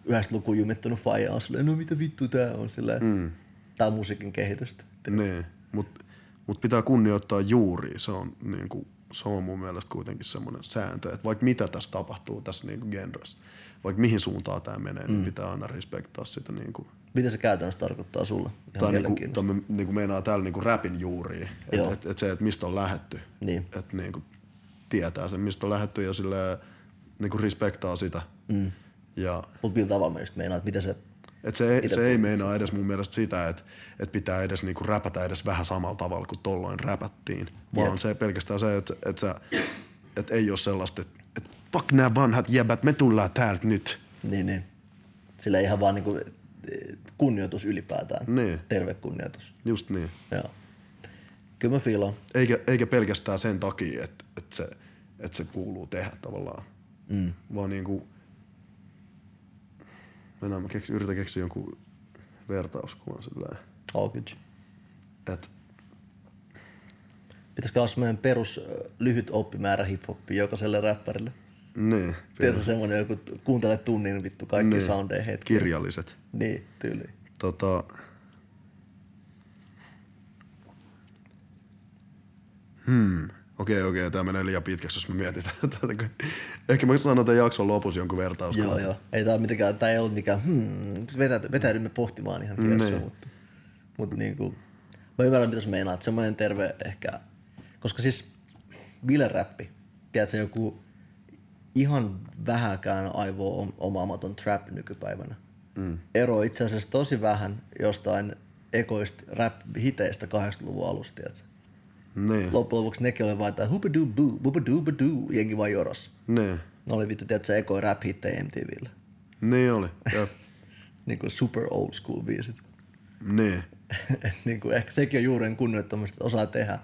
yhdestä lukuun jumittunut faija on silleen, no mitä vittu tää on, silleen, mm. tää on musiikin kehitystä.
Niin, mutta mut pitää kunnioittaa juuri. Se on, niinku, se on mun mielestä kuitenkin semmoinen sääntö, että vaikka mitä tässä tapahtuu tässä niinku genressä, vaikka mihin suuntaan tämä menee, mm. niin pitää aina respektaa sitä. Niinku,
Mitä se käytännössä tarkoittaa sulle? Ihan
tai niinku,
mielenkiintoista.
tai me, niinku meinaa täällä niinku räpin juuri,
Joo.
että et, et se, että mistä on lähetty.
Niin.
Että niinku, tietää sen, mistä on lähetty ja sille niinku respektaa sitä. Mm. Ja
Mut millä tavalla mä just meinaan, että mitä se...
et se, ei-
Mitä
se ei meinaa edes mun mielestä sitä, että et pitää edes niinku räpätä edes vähän samalla tavalla kuin tolloin räpättiin. Vaan
Jep.
se pelkästään se, että et sä, et ei ole sellaista, että et fuck nämä vanhat jäbät, me tullaan täältä nyt.
Niin, niin. Sillä ihan vaan niinku eh, kunnioitus ylipäätään.
Niin.
Terve kunnioitus.
Just niin.
Joo. Kyllä mä fiilaan.
Eikä, eikä pelkästään sen takia, että, että, se, että se kuuluu tehdä tavallaan. Mm. Vaan niinku... Mennään, mä keks, yritän keksiä jonkun vertauskuvan sillä
Oh, kyllä.
että
Pitäisikö olla semmoinen perus ö, lyhyt oppimäärä hiphoppia jokaiselle räppärille?
niin,
Tiedätkö semmoinen joku, t- kuuntele tunnin vittu kaikki
Niin.
soundeja hetki.
kirjalliset.
Niin, tyyli.
Tota, hmm. Okei, okei, tämä menee liian pitkäksi, jos me mietitään tätä. Ehkä mä sanon tämän jakson lopussa jonkun vertaus.
Joo, joo. Ei tää, ole mitenkään, tää ei ollut mikään, hmm, vetä- vetäydymme pohtimaan ihan kirjassa,
Niin.
mutta, mutta niin kuin, mä ymmärrän mitä sä meinaat, semmoinen terve ehkä, koska siis bileräppi, tiedätkö joku ihan vähäkään aivoa om- omaamaton trap nykypäivänä. Mm. Ero itse asiassa tosi vähän jostain ekoista rap-hiteistä 80-luvun alusta, tiedätkö?
Niin,
Loppujen lopuksi nekin oli vaan, että hupadoo boo, hupadoo boo, jengi vaan joros.
niin,
Ne oli vittu, tiedätkö, ekoja rap-hittejä MTVllä
niin oli. Jep.
niin kuin super old school biisit.
niin,
Et niin kuin, ehkä sekin on juuren kunnioittamista, että osaa tehdä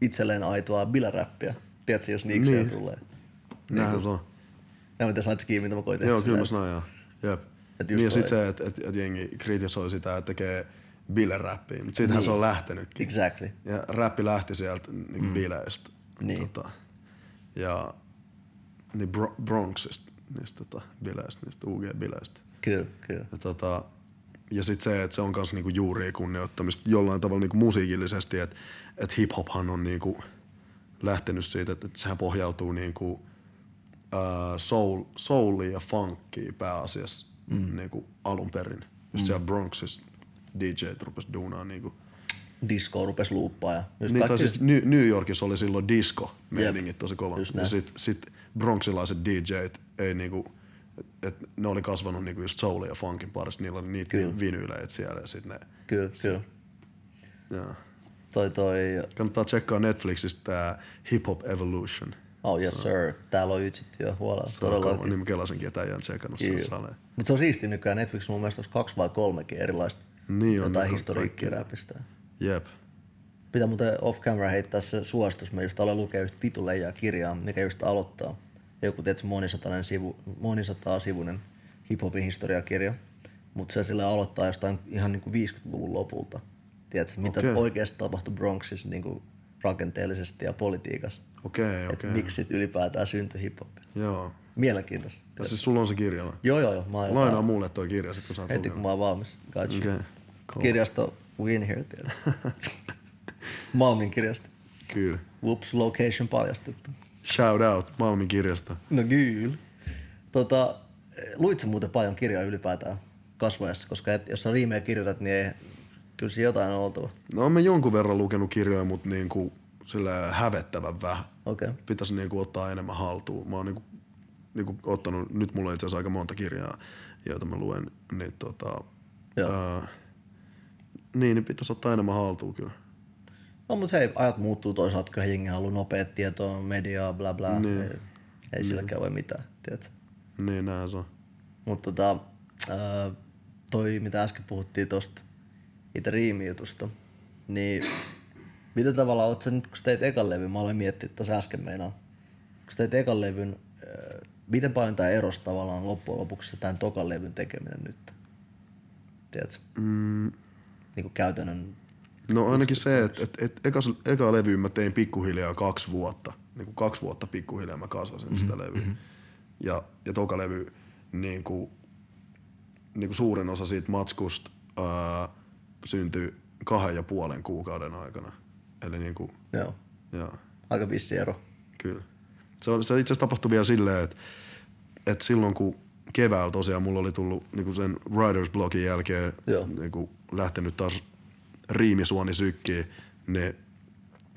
itselleen aitoa bileräppiä. Tiedätkö, jos niikseen
Niin.
niin. tulee.
näinhän se on.
Nämä mitä saat kiinni, mitä mä koitin.
Joo, kyllä mä sanoin joo. Jep.
Et just
Niin ja sit
toi.
se, että et, et jengi kritisoi sitä, että tekee bileräppiä, mutta siitähän niin. se on lähtenytkin.
Exactly.
Ja räppi lähti sieltä niin mm. bileistä.
Niin.
Tota, ja niin Bro- Bronxista, niistä tota, bileistä, niistä UG-bileistä.
Kyllä, kyllä.
Ja, tota, ja sitten se, että se on myös niinku juuria kunnioittamista jollain tavalla niinku musiikillisesti, että et hip-hophan on niinku lähtenyt siitä, että et sehän pohjautuu niinku, ää, soul, souliin ja funkiin pääasiassa mm. niinku alun perin. Just mm. siellä Bronxissa DJ rupes duunaa niinku.
Disco rupes luuppaa ja just
Niin,
niin,
tai
kaikki.
siis
Siis...
Ny- New Yorkissa oli silloin disco meiningit tosi kova.
Just
Ja
näin.
sit, sit bronxilaiset DJt ei niinku, et, et ne oli kasvanut niinku just soul ja funkin parissa, niillä oli niitä
Kyllä.
vinyyleitä siellä ja sit ne,
Kyllä, kyllä.
joo.
Toi toi,
Kannattaa tsekkaa Netflixistä tää Hip Hop Evolution.
oh yes sir, täällä on ytsit jo huolella.
Se on kova,
Todellakin.
niin mä kelasinkin, että äijä on tsekannut sen saleen.
Mutta se on siisti nykyään. Netflix mun mielestä olisi kaksi vai kolmekin erilaista
Niin on,
jotain
niin on
historiikkia räpistää.
Jep.
Pitää muuten off camera heittää se suositus. Mä just aloin lukea yhtä vitu leijää kirjaa, mikä just aloittaa. Joku tietysti monisatainen sivu, monisataa sivunen hiphopin historiakirja. Mutta se sillä aloittaa jostain ihan niinku 50-luvun lopulta. Tiedätkö, mitä
Okei.
okay. oikeasti tapahtui Bronxissa niinku rakenteellisesti ja politiikassa.
Okei,
Okay.
okei.
Et miksi sit ylipäätään syntyi hiphopia.
Joo.
Mielenkiintoista.
Ja siis sulla on se kirja vai?
Joo, joo, joo. Mä oon
Lainaa
jotain,
mulle toi kirja sit kun sä oot
heti kun
lukenut.
mä oon valmis. Got you.
Okei. Cool.
Kirjasto Win Here, tiedätkö. Malmin kirjasto.
Kyllä.
Whoops, location paljastettu.
Shout out Malmin kirjasta.
No kyllä. Tota, luitko muuten paljon kirjoja ylipäätään kasvajassa, koska et, jos sä riimejä kirjoitat, niin ei, kyllä siinä jotain on oltava.
No olen mä jonkun verran lukenut kirjoja, mutta niinku sillä hävettävän vähän.
Okei. Okay.
Pitäisi niinku ottaa enemmän haltuun. Mä oon niinku, niinku ottanut, nyt mulla on itse asiassa aika monta kirjaa, joita mä luen, niin tota,
Joo.
ää, niin, niin pitäisi ottaa enemmän haltuun kyllä.
No mut hei, ajat muuttuu toisaalta, kyllä jengi haluaa nopeat tietoa, mediaa, bla bla.
Niin.
Ei, ei silläkään voi mitään, tiedätkö?
Niin, näin se on.
Mutta tota, ää, toi mitä äsken puhuttiin tosta itse riimijutusta, niin mitä tavalla oot sä nyt, kun sä teit ekan levyn, mä olen miettinyt tuossa äsken meinaa, kun sä teit ekan levyn, ää, miten paljon tää erosi tavallaan loppujen lopuksi se tämän tokan levyn tekeminen nyt? Tiedätkö?
Mm,
Niinku käytännön,
No ainakin se, että et, et eka, eka levy mä tein pikkuhiljaa kaksi vuotta. Niin kuin kaksi vuotta pikkuhiljaa mä kasasin mm-hmm. sitä levyä. Mm-hmm. Ja, ja toka levy, niin kuin, niin kuin suurin osa siitä matskusta ää, syntyi kahden ja puolen kuukauden aikana. Eli niin kuin,
joo,
joo,
aika vissi ero.
kyllä. Se, on, se itse asiassa tapahtui vielä silleen, että, että silloin kun keväällä tosiaan mulla oli tullut niin kuin sen Riders Blogin jälkeen
Joo.
niin kuin lähtenyt taas riimisuoni sykkiin, niin,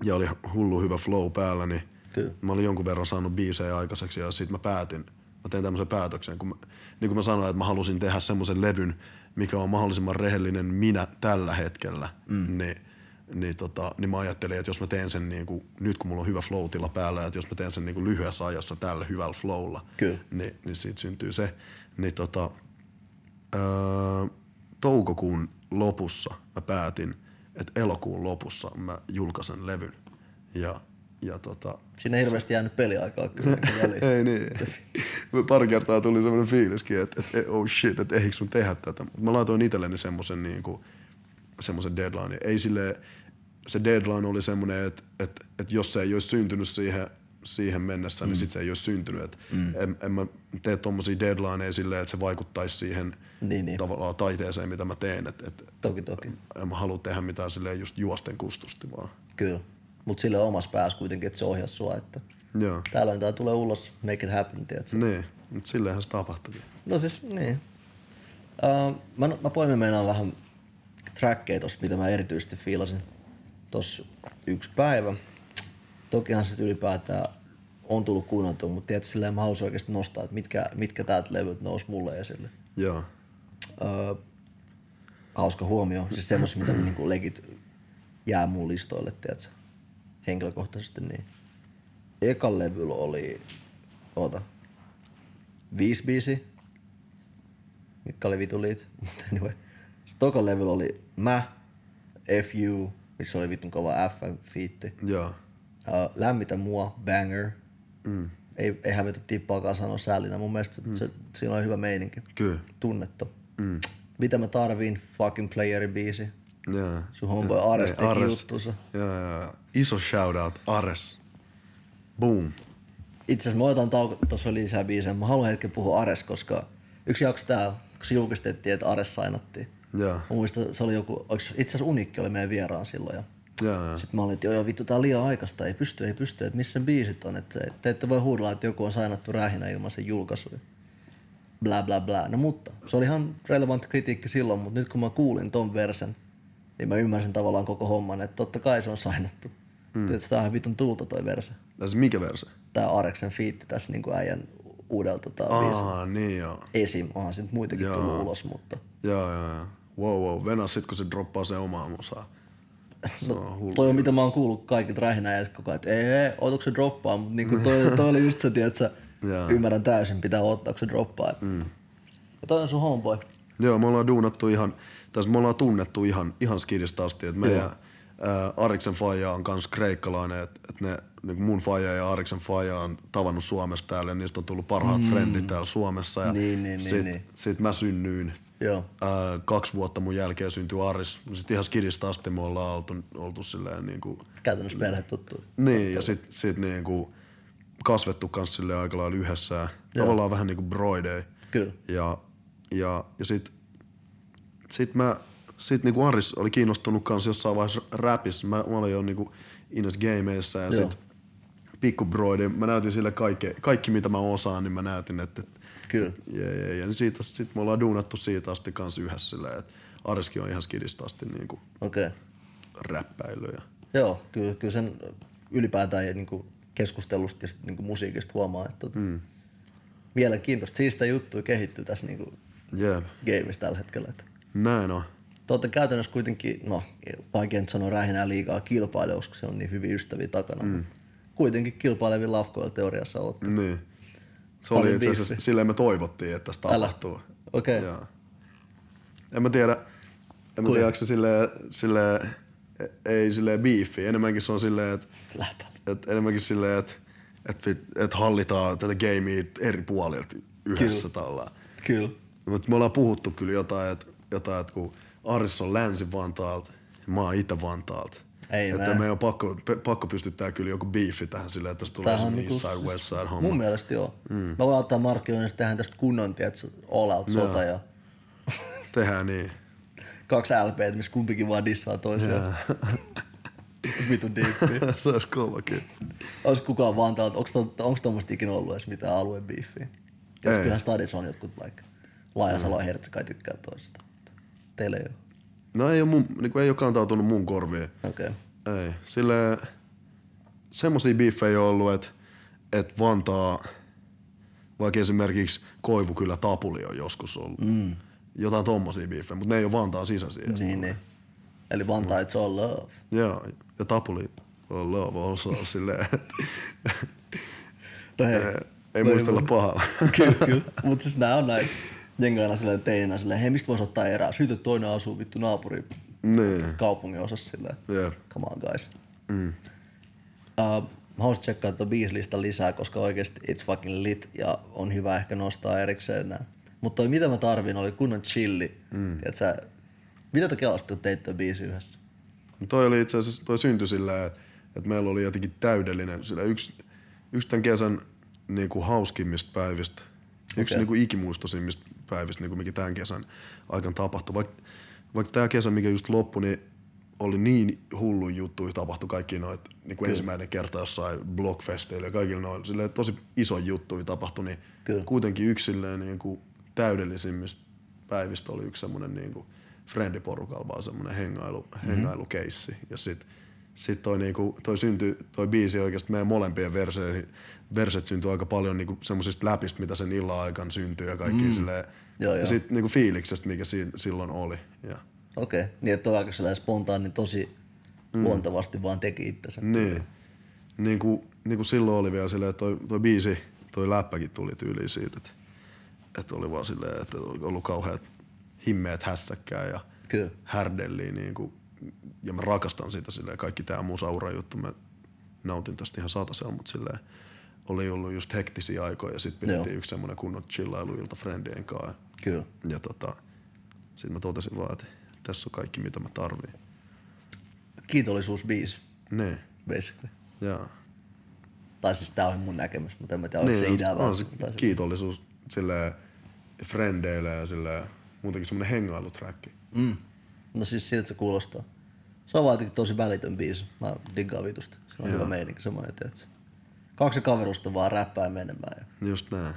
ja oli hullu hyvä flow päällä, niin
Kyllä.
mä olin jonkun verran saanut biisejä aikaiseksi ja sitten mä päätin, mä tein tämmöisen päätöksen, kun mä, niin kuin mä sanoin, että mä halusin tehdä semmoisen levyn, mikä on mahdollisimman rehellinen minä tällä hetkellä, mm. niin niin, tota, niin mä ajattelin, että jos mä teen sen niin kuin, nyt kun mulla on hyvä flow-tila päällä, että jos mä teen sen niin kuin lyhyessä ajassa tällä hyvällä flowlla,
Kyllä.
niin, niin siitä syntyy se. Niin tota, öö, toukokuun lopussa mä päätin, että elokuun lopussa mä julkaisen levyn. Ja, ja tota,
Siinä ei hirveästi jäänyt peliaikaa kyllä niin jäljellä.
ei niin. Pari kertaa tuli semmoinen fiiliskin, että, että oh shit, että eikö sun tehdä tätä. Mut Mä laitoin itselleni semmoisen niinku, semmoisen deadline. Ei sille, se deadline oli semmoinen, että, että, että jos se ei olisi syntynyt siihen, siihen mennessä, mm. niin sit se ei olisi syntynyt. Et mm. en, en, mä tee tommosia deadlineja silleen, että se vaikuttaisi siihen
Niin, niin.
tavallaan taiteeseen, mitä mä teen. Et, et,
Toki, toki.
en mä halua tehdä mitään silleen just juosten kustusti vaan.
Kyllä. Mutta sille on omassa päässä kuitenkin, että se ohjasi sua, että
Joo.
täällä on tää tulee ulos, make it happen, tiedätkö?
Niin, mutta silleenhän se tapahtui.
No siis, niin. Uh, mä, mä poimin meinaan vähän trackkejä tossa, mitä mä erityisesti fiilasin tossa yksi päivä. Tokihan se ylipäätään on tullut kuunneltua, mutta tietysti silleen mä halusin oikeasti nostaa, että mitkä, mitkä täältä levyt nousi mulle esille.
Joo.
Öö, hauska huomio, siis semmos, mitä niinku legit jää mun listoille, tiedätkö? henkilökohtaisesti. Niin. Ekan levyllä oli, oota, viisi biisi, mitkä oli vituliit, mutta anyway. Sitten tokan levyllä oli mä, FU, missä oli vitun kova FM-fiitti.
Joo.
Uh, lämmitä mua, banger. Mm. Ei, ei hävetä tippaakaan sanoa säällinä. Mun mielestä se, mm. se, siinä on hyvä meininki.
Kyllä.
Tunnetta. Mm. Mitä mä tarviin? Fucking playeri biisi.
Joo.
Sun homeboy Ares
Ei,
teki juttunsa.
Joo, joo, joo. Iso shoutout Ares. Boom.
Itse asiassa mä otan tauko, tuossa oli lisää biisejä. Mä haluan hetken puhua Ares, koska yksi jakso täällä, kun se julkistettiin, että Ares sainattiin.
Joo.
Mä muistan, se oli joku, oiks- itse asiassa Unikki oli meidän vieraan silloin. Ja
Joo, joo.
Sitten mä olin, että joo, joo, vittu, tää on liian aikaista, ei pysty, ei pysty, että missä sen biisit on, että te ette voi huudella, että joku on sainattu rähinä ilman sen julkaisuja. Bla bla bla. No mutta, se oli ihan relevantti kritiikki silloin, mutta nyt kun mä kuulin ton versen, niin mä ymmärsin tavallaan koko homman, että totta kai se on sainattu. Mm. Tiedätkö, tää on ihan vitun tuulta toi verse.
Tässä mikä verse?
Tää Areksen fiitti tässä niinku äijän uudelta tota biisi.
Aa, niin joo.
Esim, onhan siitä muitakin
Joo.
tullut ulos, mutta
Joo, joo, joo. Wow, wow. Venä sit, kun se droppaa se omaa musaa. Se on hullu.
Toi on mitä mä oon kuullut kaikilta rähinäjät koko ajan, että ei, ei, otaks se droppaa, mutta niinku toi, toi oli just se, tiedätkö,
Jaa.
ymmärrän täysin, pitää ottaa, kun se droppaa. Mm. Ja toi on sun homeboy.
Joo, me ollaan duunattu ihan, tai me ollaan tunnettu ihan, ihan skidistä asti, että meidän ää, Ariksen faija on kans kreikkalainen, että et ne niin mun faija ja Ariksen faija on tavannut Suomessa täällä ja niistä on tullut parhaat mm. frendit täällä Suomessa. Ja
Niin, niin, niin,
sit,
niin.
sit mä synnyin.
Joo.
Ää, Äh, kaksi vuodta mun jälkeen syntyi Aris. Sitten ihan skidistä asti me ollaan oltu, oltu silleen niin kuin,
Käytännössä perhe tuttu.
niin, ja sit, sit niin kuin kasvettu kans silleen aika lailla yhdessä. ja Tavallaan vähän niin kuin broidei.
Kyllä.
Ja, ja, ja sit, sit mä, sit niinku Aris oli kiinnostunut kanssa jossain vaiheessa rapissa. Mä, mä olin jo niinku Ines Gameissa ja
Joo.
sit pikkubroidi. Mä näytin sille kaikki, kaikki mitä mä osaan, niin mä näytin, että et,
Kyllä.
ja, ja, ja niin siitä, sit me ollaan duunattu siitä asti kanssa yhdessä silleen, että Ariskin on ihan skidistä asti niinku
Okei. Okay.
räppäily ja
Joo, kyllä, kyllä sen ylipäätään ja niinku keskustelusta ja sit niinku musiikista huomaa, että mm. mielenkiintoista. Siistä juttu kehittyy tässä niinku
jep.
gameissa tällä hetkellä. Että
Näin on.
Te olette käytännössä kuitenkin, no vaikea nyt sanoa rähinää liikaa kilpailijoiksi, kun se on niin hyvin ystäviä takana. Mm. Kuitenkin kilpailevilla lafkoilla teoriassa olette.
Niin. Se
Paljon
oli itse asiassa,
biisti.
silleen me toivottiin, että tästä tapahtuu.
Okei.
Joo. En mä tiedä, en mä tiedä, onko se silleen, silleen, e- ei silleen biifi. Enemmänkin se on silleen, että
Läpä.
et enemmänkin silleen, että et, et, et hallitaan tätä gamea eri puolilta yhdessä tällä.
Kyllä.
Mutta me ollaan puhuttu kyllä jotain, että jotain, et kun Aris on Länsi-Vantaalta ja mä oon Itä-Vantaalta.
Ei
että
näin.
meidän on pakko, pe- pakko pystyttää kyllä joku biifi tähän silleen, että tässä tulee
Tämähän on
se
niinku
East Side, West Side homma.
Mun mielestä joo. Mm. Mä voin ottaa markkinoinnista tähän tästä kunnon, tiedätkö, all out sota ja
Tehdään niin.
kaksi LPtä, missä kumpikin vaan dissaa toisiaan. Vitu diippi.
se olisi kova kyllä.
Olis kukaan vaan täältä, onks, to, onks tommoista ikinä ollut edes mitään aluebiifiä? Jos
Ei.
kyllähän stadissa on jotkut like, Laajasalo ja Hertsikai tykkää toista. Teillä ei oo.
No ei, ole mun, niin ei ole kantautunut mun korviin.
Okei. Okay.
Ei. Sille semmosia biiffejä on ollut, että et Vantaa, vaikka esimerkiksi Koivukylä Tapuli on joskus ollut. Mm. Jotain tommosia biiffejä, mutta ne ei ole Vantaan sisäisiä.
Niin, niin. Eli Vantaa, it's all love.
Joo, ja Tapuli on love also silleen, että
No hei.
ei, ei
No
muistella
mut-
pahalla.
kyllä, kyllä. Mutta siis nää on näin. Jengi aina silleen teinä silleen, hei mistä voisi ottaa erää? Syytä että toinen asuu vittu naapuri
niin,
kaupungin osassa silleen.
Jep.
Come on guys. Mm. Uh, mä haluaisin tsekkaa tuon biislistan lisää, koska oikeesti it's fucking lit ja on hyvä ehkä nostaa erikseen nää. Mutta toi mitä mä tarvin oli kunnon chilli. Mm. Tiedätkö, mitä takia alastettu teit toi biisi yhdessä?
Toi oli itse asiassa, toi syntyi sillä, että meillä oli jotenkin täydellinen, sillä yksi, yksi tämän kesän niin kuin hauskimmista päivistä, yksi
Okei.
niin kuin ikimuistosimmista päivistä, niin kuin mikä tämän kesän aikana tapahtui. Vaikka vaikka tämä kesä, mikä just loppui, niin oli niin hullu juttu, tapahtui kaikki noita niin kuin ensimmäinen kerta jossain blogfesteillä ja kaikilla noilla. Silleen, tosi iso juttu tapahtui, niin
Kyllä.
kuitenkin yksi silleen, niin kuin täydellisimmistä päivistä oli yksi semmoinen niin kuin friendiporukalla vaan semmoinen hengailu, hengailukeissi. Ja sit, sit toi, niin kuin, toi, syntyi, toi biisi oikeasti meidän molempien verseihin, verset syntyi aika paljon niin semmoisista läpistä, mitä sen illan aikana syntyi ja kaikki mm. silleen.
Joo,
ja
joo.
sit niin kuin fiiliksestä, mikä si- silloin oli. Ja,
Okei, okay. niin että on aika sellainen spontaani, niin tosi mm. luontevasti vaan teki itsensä.
niin. Niin kuin, niin kuin silloin oli vielä silleen, että toi, toi biisi, toi läppäkin tuli tyyliin siitä, että, että oli vaan silleen, että oli ollut kauheat himmeet hässäkkää ja
Kyllä.
härdelliä. Niin kuin, ja mä rakastan sitä silleen, kaikki tämä mun saura juttu, mä nautin tästä ihan satasella, mutta silleen oli ollut just hektisiä aikoja ja sitten pidettiin
Joo.
yksi semmoinen kunnon chillailuilta friendien kanssa.
Kyllä.
Ja tota, sitten mä totesin vaan, että tässä on kaikki mitä mä tarviin.
Kiitollisuusbiisi,
Niin,
basically.
jaa.
Tai siis tää on mun näkemys, mutta en mä tiedä, oliko se idea vai...
Niin, no, on se
tai se-
kiitollisuus sille frendeille ja sille muutenkin semmoinen hengailutrackki.
Mm. No siis siltä se kuulostaa. Se on vaan jotenkin tosi välitön biisi. Mä diggaan vitusta. Se on hyvä meininki semmoinen, tiedätkö? Kaksi kaverusta vaan räppää menemään. Ja
Just näin.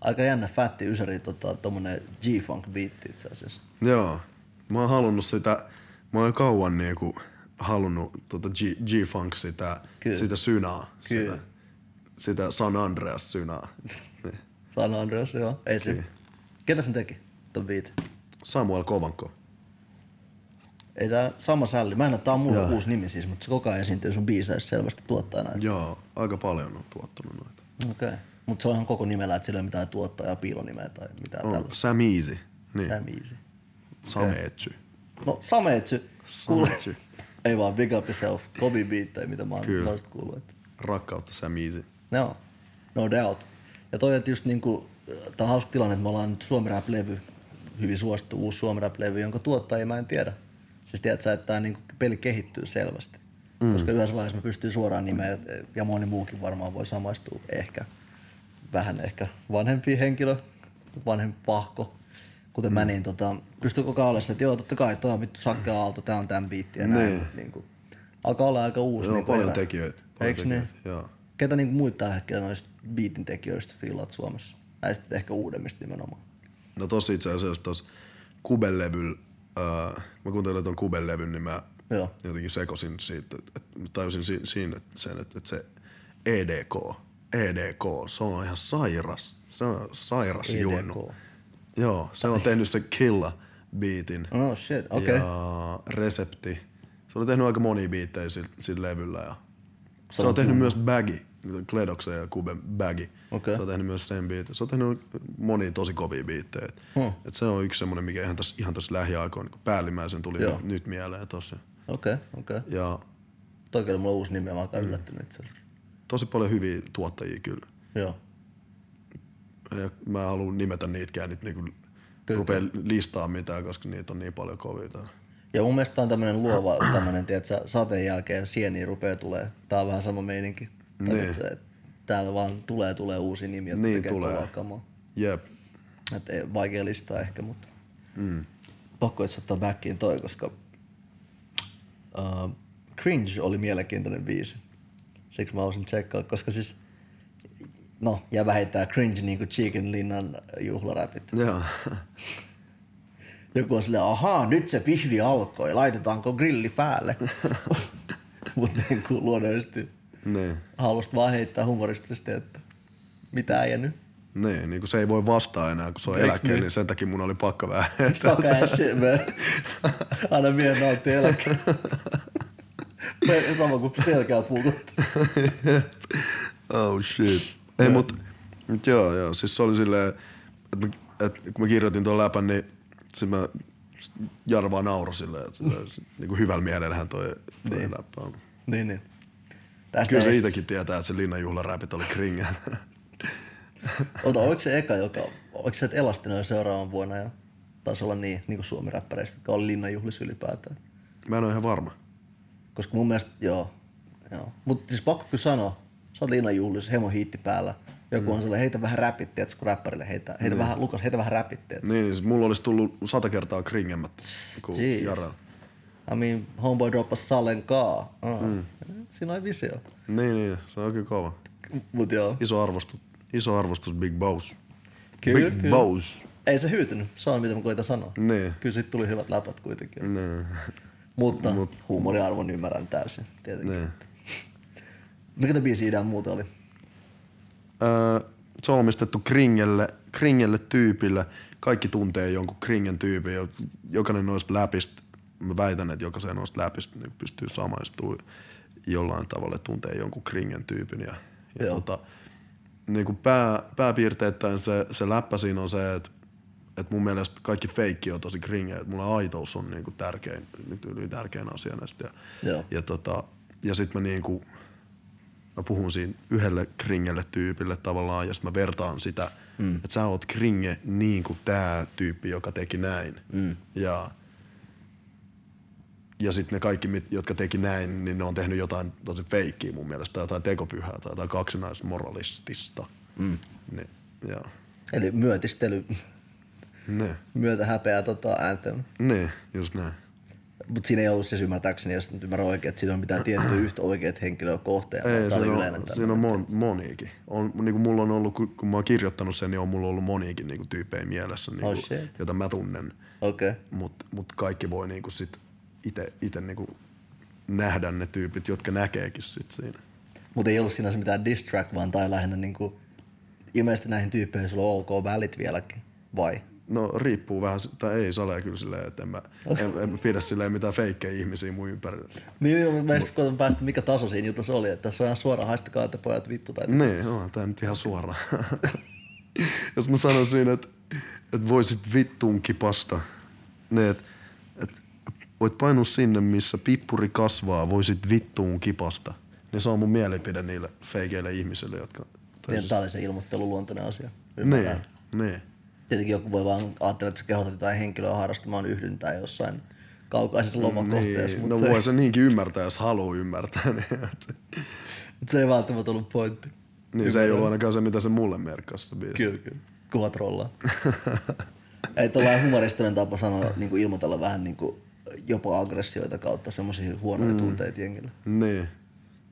aika jännä fätti ysäri tota, tommonen G-funk biitti itse asiassa.
Joo. Mä oon halunnut sitä, mä oon jo kauan niinku halunnut tota G- G-Funk sitä,
Kyllä.
sitä synaa.
Kyllä.
Sitä, sitä San Andreas synaa. Niin.
San Andreas, joo. Ei se. Ketä sen teki, ton biitin?
Samuel Kovanko.
Ei tää sama sälli. Mä en oo, tää on mulla
Joo.
uusi nimi siis, mutta se koko ajan esiintyy sun biiseissä selvästi tuottajana. Okei.
Joo, aika paljon on tuottanut noita.
Okay. Mutta se on ihan koko nimellä, että sillä ei ole mitään tuottajaa, piilonimeä tai mitään
On.
tällaista.
Sam Easy. Niin.
Tämä biisi.
Sameetsy.
No Sameetsy, kuule.
Sameetsy.
Ei vaan Big Up Yourself, Kobi Beat tai mitä mä oon
Kyllä.
noista kuullut. Että.
Rakkautta Sam Easy.
No, no doubt. Ja toi, että just niinku, tää on hauska tilanne, että me ollaan nyt Suomi Rap-levy, hyvin suosittu uusi Suomi Rap-levy, jonka tuottajia mä en tiedä. Siis tiedät sä, että tää niinku peli kehittyy selvästi. Mm. Koska yhdessä vaiheessa me pystyy suoraan nimeä, ja moni muukin varmaan voi samaistua ehkä. Vähän ehkä vanhempi henkilö, vanhempi pahko. Kuten mm. mä, niin tota, pystyy koko ajan olemaan se, että joo, totta kai, toi on vittu Sakke Aalto, tää on tämän biitti ja näin.
Niin.
Niinku, alkaa olla aika uusi.
Joo,
niinku
paljon
erä.
tekijöitä. Paljon
Eiks niin?
tekijöitä, Joo.
Ketä niinku muita tällä hetkellä noista biitin tekijöistä fiilat Suomessa? Näistä ehkä uudemmista nimenomaan.
No tossa itse asiassa tossa Kuben levyllä, äh, mä kuuntelin ton Kuben levyn, niin mä
Joo.
jotenkin sekosin siitä, että, että mä tajusin si- siinä että sen, että, että se E EDK, EDK, E se on ihan sairas, se on sairas
EDK.
juonnu. Joo, se on tehnyt se Killa beatin
No shit, okei. Okay.
ja Resepti. Se on tehnyt aika monia biittejä sillä, sillä levyllä ja se,
on
on tehnyt myös Baggy, Kledoksen ja Kuben Baggy.
Okei.
Se on tehnyt myös sen biitin. Se on tehnyt monia tosi kovia biittejä.
Hmm.
Et se on yksi semmoinen, mikä ihan tässä, ihan tässä lähiaikoina, niin päällimmäisen tuli
Joo.
nyt, nyt mieleen tossa.
Okei, okei.
Ja
Toi kyllä mulla on uusi nimi, mä oon
Mm.
aika yllättynyt itse asiassa.
tosi paljon hyviä tuottajia kyllä.
Joo.
Ja mä en halua nimetä niitäkään nyt niinku
Kyllä.
rupea listaa mitään, koska niitä on niin paljon kovia täällä.
Ja mun mielestä tää on tämmönen luova, tämmönen, tiedätkö, sateen jälkeen sieni rupeaa tulee. Tää on vähän sama meininki. Tai
Niin.
tiedätkö, et Täällä vaan tulee, tulee uusi nimi, jotka
Niin
tekee
tulee.
kovaa kamaa.
Jep.
Et ei, vaikea listaa ehkä, mutta mm. pakko itse ottaa backiin toi, koska uh, Cringe oli mielenkiintoinen biisi. Siksi mä halusin tsekkaa, koska siis no, ja vähentää cringe niinku Chicken Linnan juhlaräpit.
Joo.
Joku on silleen, ahaa, nyt se pihvi alkoi, laitetaanko grilli päälle? Mutta niin kuin luonnollisesti
niin.
halusit vaan heittää humoristisesti, että mitä äijä nyt?
Niin, niin kuin se ei voi vastaa enää, kun se on
Eiks
eläkkeellä,
niin?
niin sen takia mun oli pakko vähän.
Suck ass shit, man. Aina mie nautti eläkkeen. Sama kuin selkää puukottaa.
oh shit. Ei, mut, mut joo, joo. Siis se oli silleen, että et, kun mä kirjoitin tuon läpän, niin sit mä Jarva nauroi silleen, että niinku hyvällä mielellähän toi, toi niin. läppä on.
Niin, niin. Tästä
Kyllä se
ei-
itsekin tietää, että se linnanjuhlaräpit oli kringän.
Ota, oliko se eka, joka, oliko se, että Elastinen seuraavan vuonna ja taisi olla niin, niin kuin suomiräppäreistä, jotka oli linnanjuhlissa ylipäätään.
Mä en ole ihan varma.
Koska mun mielestä, joo. joo. Mutta siis pakko kyllä sanoa, sä oot linnanjuhlissa, heimo hiitti päällä. Joku mm. on sellainen, heitä vähän räpittiä, tiedätkö, kun räppärille heitä, heitä vähän, Lukas, heitä vähän räpittiä. Mm.
Niin, siis mulla olisi tullut sata kertaa kringemmät
Jeez.
kuin Jaralla.
I mean, homeboy droppas salen kaa. Uh. Mm. Siinä oli visio.
Niin, niin, se on kyllä kova.
Mut joo.
Iso arvostus, iso arvostus Big Boss.
Kyllä,
Big
kyllä.
Boss.
Ei se hyytynyt, se on mitä mä koitan sanoa.
Niin.
Kyllä sit tuli hyvät läpät kuitenkin.
Niin.
Mutta Mut. huumoriarvon ymmärrän täysin, tietenkin.
Niin.
Mikä tämä biisi idea muuta oli?
Öö, se on omistettu Kringelle, Kringelle tyypille. Kaikki tuntee jonkun Kringen tyypin. jo- Jokainen noista läpistä, mä väitän, että jokaisen noista läpistä niin pystyy samaistumaan jollain tavalla, että tuntee jonkun Kringen tyypin. Ja, ja
Joo.
tota, niin kuin pää, pääpiirteittäin se, se läppä siinä on se, että että mun mielestä kaikki feikki on tosi kringeä, että mulla aitous on niinku tärkein, nyt yli tärkein asia näistä. Ja,
Joo.
ja, tota, ja sit mä niinku, mä puhun siinä yhdelle kringelle tyypille tavallaan ja sitten mä vertaan sitä, mm. että sä oot kringe niin kuin tää tyyppi, joka teki näin. Mm. Ja, ja sitten ne kaikki, mit- jotka teki näin, niin ne on tehnyt jotain tosi feikkiä mun mielestä, tai jotain tekopyhää tai jotain kaksinaismoralistista. Mm. Ne, ja,
Eli myötistely,
ne,
myötä häpeää tota anthem.
ne, just näin.
Mutta siinä ei ollut siis ymmärtääkseni, jos nyt ymmärrän oikein, että siinä on mitään tiettyä yhtä oikeat henkilöä kohteen.
Ei,
Tää oli
siinä
yleinen
on,
tämmönen.
siinä on mon, moniikin. On, niin kuin mulla on ollut, kun kun mä oon kirjoittanut sen, niin on mulla ollut moniikin niin kuin tyyppejä mielessä, niin
Oh
kuin,
shit.
jota mä tunnen.
Okei. Okay.
Mutta mut kaikki voi niin kuin sit ite, ite niin kuin nähdä ne tyypit, jotka näkeekin sit siinä.
Mutta ei ollut sinänsä mitään diss track, vaan tai lähinnä niinku, ilmeisesti näihin tyyppeihin sulla on ok välit vieläkin, vai?
No riippuu vähän, s- tai ei sale kyllä silleen, että en mä, en, en mä pidä silleen mitään feikkejä ihmisiä mun ympärillä.
Niin, niin mutta mä just koitan päästä, mikä taso siinä jutussa oli, että tässä on ihan suoraan haistakaa, että pojat vittu tai...
Niin, onhan tää nyt ihan suoraan. Jos mä sanoisin, että et voisit vittuun kipasta, niin että et voit painua sinne, missä pippuri kasvaa, voisit vittuun kipasta. Niin se on mun mielipide niille feikeille ihmisille, jotka... tai
Niin, Tää oli se ilmoitteluluontoinen asia.
niin, niin.
Tietenkin joku voi vaan ajatella, että sä kehotat jotain henkilöä harrastamaan yhdyntää jossain kaukaisessa lomakohteessa,
niin.
mutta
No
se,
voi se niinkin ymmärtää, jos haluaa ymmärtää. Niin, et,
mut se ei välttämättä ollut pointti.
niin se ei ollut ainakaan se, mitä se mulle merkkasi se biisi.
Kyllä, kyllä. Kuva trollaa. ei tuollainen humoristinen tapa sanoa, niin kuin ilmoitella vähän niin kuin jopa aggressioita kautta semmoisia huonoja mm. tunteita jengillä.
Niin.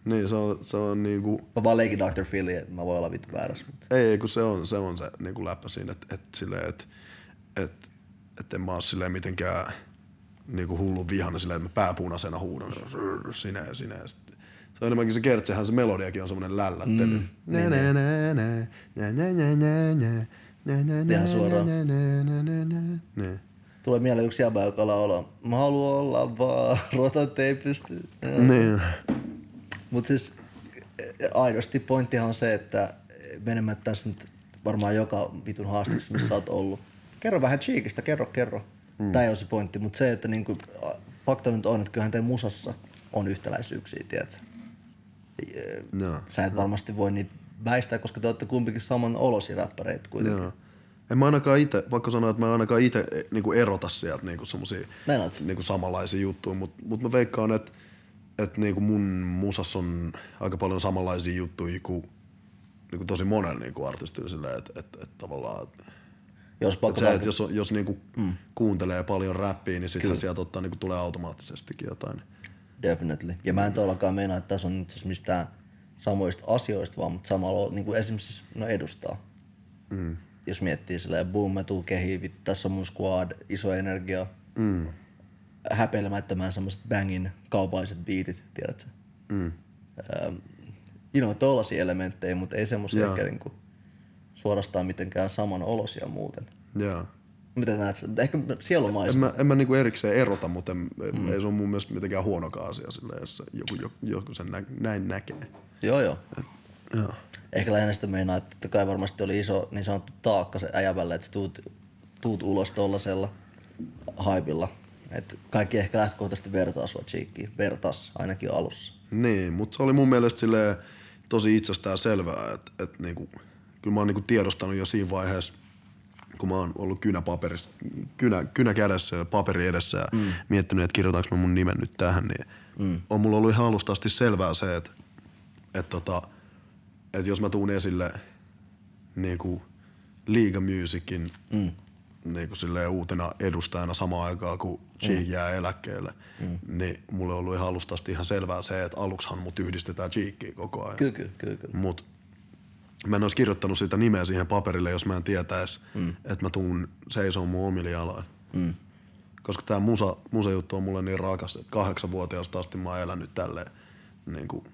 Niin, se on, se on niinku...
Mä vaan leikin Dr. Philly, että mä voin olla vittu väärässä. Mutta...
Ei, ei, kun se on se, on se niin kuin läppä siinä, että et, silleen, että et, et en mä oo silleen mitenkään niin kuin hullun vihana silleen, että mä pääpunaisena huudan rrr, sinä ja sinä. Ja sit, se on enemmänkin se kertsehän, se melodiakin on semmoinen lällättely. Mm, niin, niin.
Ihan suoraan.
Niin.
Tulee mieleen yksi jäbä, joka olla olo. Mä haluan olla vaan, rotat ei pysty.
Niin.
Mutta siis eh, aidosti pointtihan on se, että menemättä tässä nyt varmaan joka vitun haasteessa, missä sä oot ollut. Kerro vähän Cheekistä, kerro, kerro. Mm. Tämä ei ole se pointti, mutta se, että niinku, a- fakta nyt on, että kyllähän teidän musassa on yhtäläisyyksiä, tiedätkö? Eh,
No.
Sä et varmasti voi niitä väistää, koska te olette kumpikin saman olosi räppäreitä kuitenkin.
Joo. En mä ainakaan itse, vaikka sanoa, että mä en ainakaan itse niinku erota sieltä niinku semmosia
Meinaat?
niinku samanlaisia juttuja, mutta mut mä veikkaan, että et niinku mun musassa on aika paljon samanlaisia juttuja kuin niinku tosi monen niinku artistilla silleen, että et, et tavallaan, et,
Jos
et
pakko
se, et
vaikka-
jos, on- jos niinku mm. kuuntelee paljon räppiä, niin sitten sieltä ottaa, niinku, tulee automaattisestikin jotain.
Definitely. Ja mä en todellakaan meinaa, että tässä on nyt siis mistään samoista asioista vaan, mutta samalla niin kuin esimerkiksi siis, no edustaa. Mm. Jos miettii silleen, boom, mä tuun kehiin, vittu, tässä on mun squad, iso energia. Mm. Häpeilemättömään semmoset bangin kaupalliset biitit, tiedätkö? Mm. Ähm, you know, tollasia elementtejä, mutta ei semmoisia
Joo.
ehkä niinku suorastaan mitenkään saman olosia muuten.
Joo.
Miten näet sen? Ehkä
En
sielumaisen.
mä, en mä niinku erikseen erota, mutta en, mm. ei se on mun mielestä mitenkään huonokaan asia sillä, jos joku, joku, joku sen nä, näin näkee.
Joo, joo.
Joo.
Ehkä lähinnä sitä meinaa, että totta kai varmasti oli iso niin sanottu taakka se äijän välillä, että sä tuut, tuut ulos tollasella haipilla. Et kaikki ehkä lähtökohtaisesti vertaa sua Cheekkiin. Vertas ainakin alussa.
Niin, mutta se oli mun mielestä silleen tosi itsestään selvää, että et niinku, kyllä mä oon niinku tiedostanut jo siinä vaiheessa, kun mä oon ollut kynä, paperissa, kynä, kynä kädessä ja paperi edessä ja mm. miettinyt, että kirjoitanko mä mun nimen nyt tähän, niin mm. on mulla ollut ihan alusta asti selvää se, että et tota, et jos mä tuun esille niinku Liiga Musicin mm. niinku silleen uutena edustajana samaan aikaan, kun Cheek mm. jää eläkkeelle, mm. niin mulle on ollut ihan alusta asti ihan selvää se, että aluksihan mut yhdistetään Cheekiin koko ajan.
Kyllä, kyllä, kyllä. kyllä.
Mut mä en olisi kirjoittanut sitä nimeä siihen paperille, jos mä en tietäis, mm. että mä tuun seisoon mun omilla jaloin. Mm. Koska tää musa, musajuttu on mulle niin rakas, että kahdeksanvuotiaasta asti mä oon elänyt tälleen niin kuin,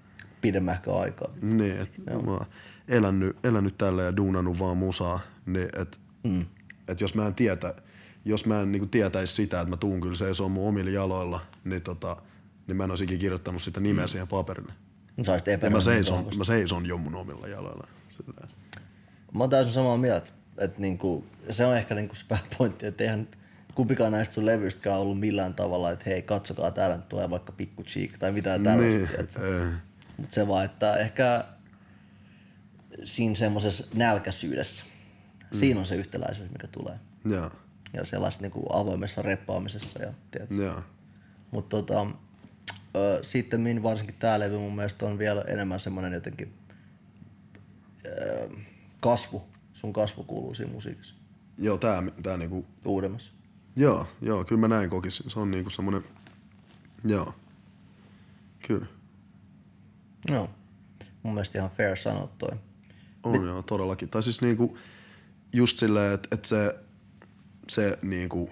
Pidemmähkö aikaa.
niin, et mä oon elänyt, elänyt tälleen ja duunannut vaan musaa, niin et, mm. et jos mä en tietä, jos mä en niinku tietäis sitä, että mä tuun kyllä seisoon mun omilla jaloilla, niin tota, niin mä en olisi ikinä kirjoittanut sitä nimeä mm. siihen paperille.
Niin sä olisit
Ja mä
epäröinyt
seison,
tuohon.
mä seison jo mun omilla jaloilla. Sillä.
Mä oon täysin samaa mieltä. Että niinku, se on ehkä niinku se pääpointti, että eihän nyt kumpikaan näistä sun levyistäkään ollut millään tavalla, että hei katsokaa täällä nyt tulee vaikka pikku cheek tai mitään tällaista.
Niin,
tiedätkö?
eh.
Mutta se vaan, että ehkä siinä semmoisessa nälkäisyydessä, mm. siinä on se yhtäläisyys, mikä tulee.
Joo,
Ja sellaisessa niin avoimessa reppaamisessa. Ja,
joo.
Mutta tota, ö, sitten varsinkin tämä levy mun mielestä on vielä enemmän semmoinen jotenkin ö, kasvu. Sun kasvu kuuluu siinä musiikissa
Joo, tää, tää niinku,
uudemmassa.
joo, joo, kyllä mä näin kokisin. Se on niinku semmonen, joo, kyllä.
Joo. Mun mielestä ihan fair sanoa toi.
On Oh joo, todellakin. Tai siis niinku, just silleen, että et se, se niinku,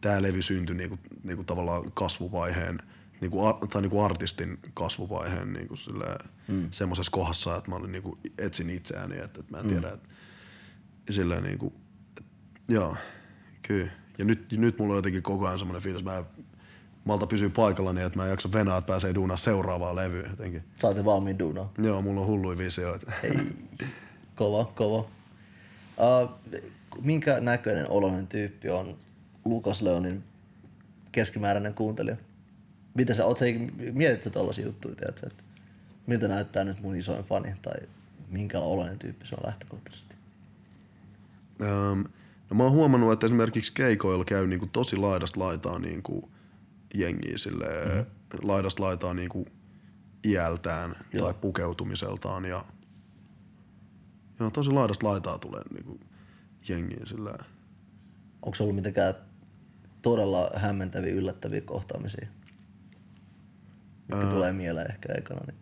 tää levy syntyi niinku, niinku tavallaan kasvuvaiheen, niinku, ar- tai niinku artistin kasvuvaiheen niinku silleen, mm. semmoisessa kohdassa, että mä olin niinku, etsin itseäni, että et mä en tiedä, mm. että silleen niinku, et, joo, kyllä. Ja nyt, nyt mulla on jotenkin koko ajan semmoinen fiilis, mä en malta pysyä paikallani, että mä en jaksa venaa, että pääsee duunaa seuraavaa levyä jotenkin.
Saatiin valmiin duunaa.
Joo, mulla on hulluja visioita.
Kova, kova. Uh, minkä näköinen oloinen tyyppi on Lukas Leonin keskimääräinen kuuntelija? Mitä sä oot, sä mietit sä tollasia juttuja, tiedätkö, että miltä näyttää nyt mun isoin fani tai minkä oloinen tyyppi se on lähtökohtaisesti?
Öm, no mä oon huomannut, että esimerkiksi keikoilla käy niinku tosi laidasta laitaa niinku jengiä silleen, mm-hmm. laidasta laitaa niinku iältään Joo. tai pukeutumiseltaan ja Joo, tosi laidasta laitaa tulee niinku jengiä sillä.
Onko se ollut mitenkään todella hämmentäviä, yllättäviä kohtaamisia? Mitkä tulee mieleen ehkä ekana. Niin.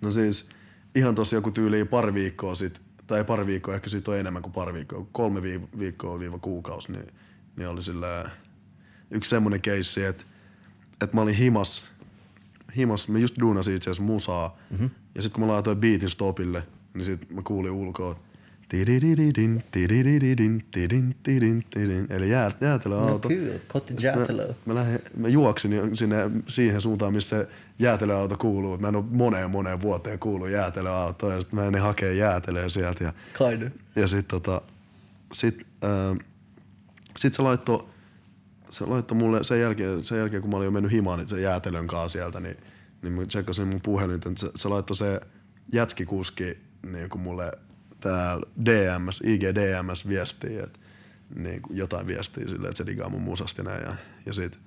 No siis ihan tosi joku tyyli pari viikkoa sit, tai ei pari viikkoa, ehkä siitä on enemmän kuin pari viikkoa, kolme vii- viikkoa viiva kuukausi, niin, niin oli sillä yksi semmonen keissi, että että mä olin himas, himas, mä just duunasin itse asiassa musaa.
Mhm.
Mm-hmm. Ja sitten kun mä laitoin beatin stopille, niin sit mä kuulin ulkoa tididididin, tididididin, tidin, tidin, tidin. Eli jää, jäätelöauto.
No kyllä, kotti
Sit mä-
jäätelöä.
Mä, lähdin, mä juoksin jo sinne siihen suuntaan, missä se jäätelöauto kuuluu. Mä en ole moneen moneen vuoteen kuullut jäätelöautoa ja sit mä menin hakemaan jäätelöä sieltä. Ja
Kainu.
ja sit tota, sit, ää, sit se laittoi se laittoi mulle sen jälkeen, sen jälkeen, kun mä olin jo mennyt himaan niin sen jäätelön kanssa sieltä, niin, niin mä tsekkasin mun puhelinta, että se, se laittoi se jätskikuski niin kuin mulle täällä DMS, IG DMS viestiä, että niin kuin jotain viestiä silleen, että se digaa mun musasta ja näin. Ja, ja sit,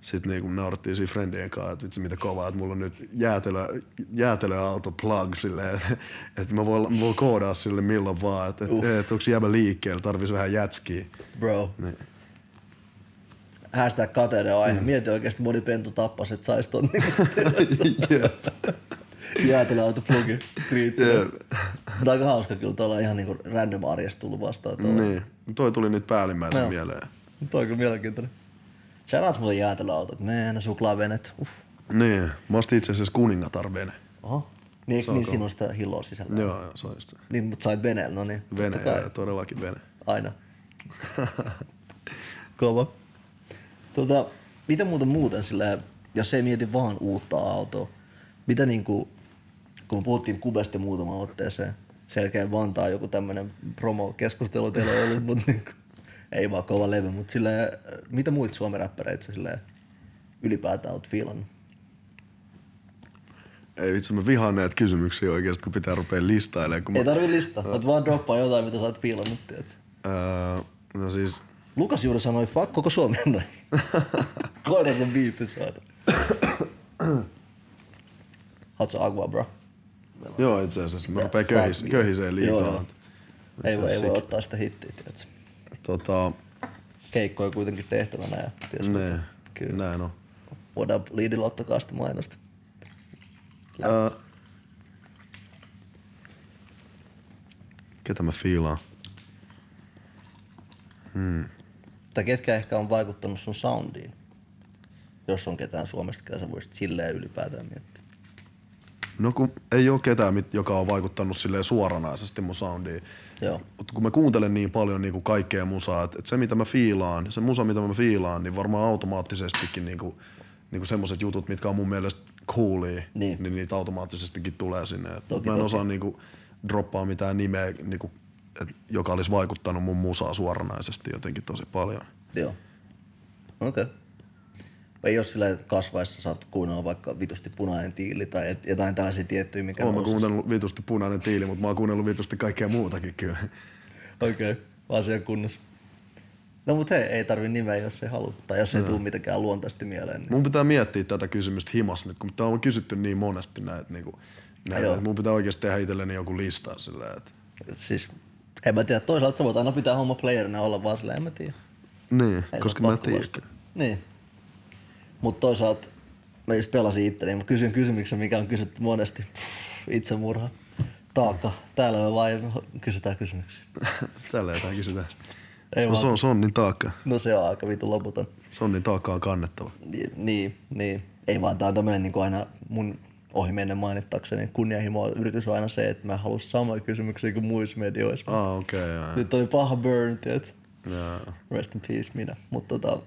sit niin kuin naurattiin siinä friendien kanssa, että vitsi mitä kovaa, että mulla on nyt jäätelö, jäätelöauto plug silleen, että, että mä voin, mä voin koodaa sille milloin vaan, että,
Uff.
että, että onko jäbä liikkeellä, tarvitsisi vähän jätskiä.
Bro.
Niin.
Hashtag kateuden aihe. Mm. Mieti oikeesti moni pentu tappas, että sais ton niinku
yeah.
jäätelöautoplugi kriittinen.
Jep.
Mutta aika hauska kyllä tuolla ihan niinku random arjesta tullut vastaan tuolla.
Niin, toi tuli nyt päällimmäisen
Joo.
mieleen.
Mm. Toi on kyllä mielenkiintoinen. Shoutouts muuten jäätelöautot. Man, suklaavenet. Uh.
Niin, mä ostin itse asiassa kuningatarvene.
Oho. Niin, eikö niin siinä on sitä hilloa sisällä?
Joo, joo, se on just se.
Niin, mutta sait veneellä, no niin. totta
Vene,
kai.
joo, todellakin vene.
Aina. Kova. Tota, mitä muuta muuten sillä, jos ei mieti vaan uutta autoa, mitä niinku, kun me puhuttiin Kubesta muutama otteeseen, selkeä Vantaa joku tämmönen promo-keskustelu teillä on ollut, mutta niinku, ei vaan kova levy, mutta sillä, mitä muita suomiräppäreitä sä sillä ylipäätään oot fiilannut?
Ei vitsi, mä vihaan näitä kysymyksiä oikeesti, kun pitää rupea listailemaan. Kun mä,
Ei tarvi listaa, oot vaan droppaa jotain, mitä sä oot fiilannut, tiedätkö?
öö, no siis,
Lukas juuri sanoi, fuck koko Suomi noin. Koita sen biipin saada. Haluatko agua, bro?
joo itse asiassa, mä rupean
Saat
köhis,
vielä.
köhiseen liikaa.
Joo, joo. Ei
Se
voi,
on
ei voi
sick.
ottaa sitä hittiä, tiedätkö?
Tota,
Keikkoja kuitenkin tehtävänä ja tiedätkö?
ne,
Kyllä.
näin on.
What up, Lidl, ottakaa sitä mainosta.
Öö, ketä mä fiilaan?
Tai ketkä ehkä on vaikuttanut sun soundiin? Jos on ketään Suomesta, ketä sä voisit silleen ylipäätään miettiä.
No kun ei ole ketään, mit- joka on vaikuttanut silleen suoranaisesti mun soundiin.
Joo.
Mutta kun mä kuuntelen niin paljon niin kuin kaikkea musaa, että et se mitä mä fiilaan, se musa mitä mä fiilaan, niin varmaan automaattisestikin niin kuin, niin kuin semmoset jutut, mitkä on mun mielestä coolia,
Niin.
niin niitä automaattisestikin tulee sinne. Et
Toki,
mä en
toki.
osaa niin kuin, droppaa mitään nimeä, niin kuin, et, joka olisi vaikuttanut mun musaa suoranaisesti jotenkin tosi paljon.
Joo. Okei. Okay. Ei ole sillä että kasvaessa saat kuunnella vaikka vitusti punainen tiili tai et- jotain tällaisia tiettyjä, mikä
Oon mä
nousee.
kuunnellut vitusti punainen tiili, mutta mä oon kuunnellut vitusti kaikkea muutakin kyllä.
Okei, okay. asia kunnossa. No mut hei, ei tarvi nimeä, jos ei halua. Tai jos ei tuu mitenkään luontaisesti mieleen. Niin.
Mun pitää miettiä tätä kysymystä himas nyt, kun tää on kysytty niin monesti näitä. Niin kuin, näitä.
Joo.
että Mun pitää oikeasti tehdä itselleni joku lista sillä, että
Siis, en mä tiedä. Toisaalta sä voit aina pitää homma playerina ja olla vaan sillä, en mä tiedä.
Niin,
Ei
koska
se ole
mä
pakko
tiedän.
vastata. Niin. Mut toisaalta mä just pelasin itteni. Mä kysyn kysymyksen, mikä on kysytty monesti. Pff, Itsemurha. Taakka. Täällä me vaan kysytään kysymyksiä.
Tällä jotain kysytään.
Ei
no,
vaan.
se on sonnin taakka.
No se on aika vitu loputon.
Sonnin taakka on niin kannettava.
Ni- Niin, niin. Ei vaan, tää on tämmönen niin aina mun ohi mennä mainittakseni. Kunnianhimo yritys on aina se, että mä haluan samoja kysymyksiä kuin muissa medioissa.
Ah, okei. Okay,
Nyt oli paha burn, tiedät.
joo.
Rest in peace minä. Mutta tota,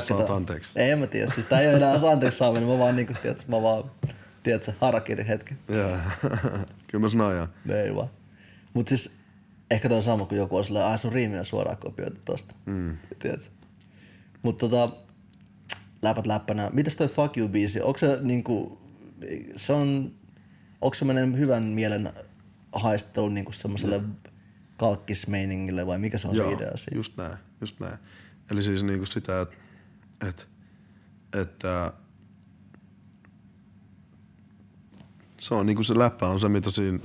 Saat anteeksi.
Ei, en mä tiedä. Siis tää ei ole enää anteeksi saaminen. Mä vaan niinku, tiedät, mä vaan, tiedät, harakiri hetki.
Joo. Kyllä mä sanon joo.
No ei vaan. Mut siis ehkä toi on sama kuin joku on silleen, ai sun riimi on suoraan kopioitu tosta. Mm. Tiedätkö? Mut tota, läpät läppänä. Mitäs toi Fuck You biisi? Onko se niinku, se on, onko semmonen hyvän mielen haistelu niinku semmoselle mm. kalkkismeiningille vai mikä se on se
Joo,
idea siinä?
just näin, just näin. Eli siis niinku sitä, että et, että se on niinku se läppä on se, mitä siinä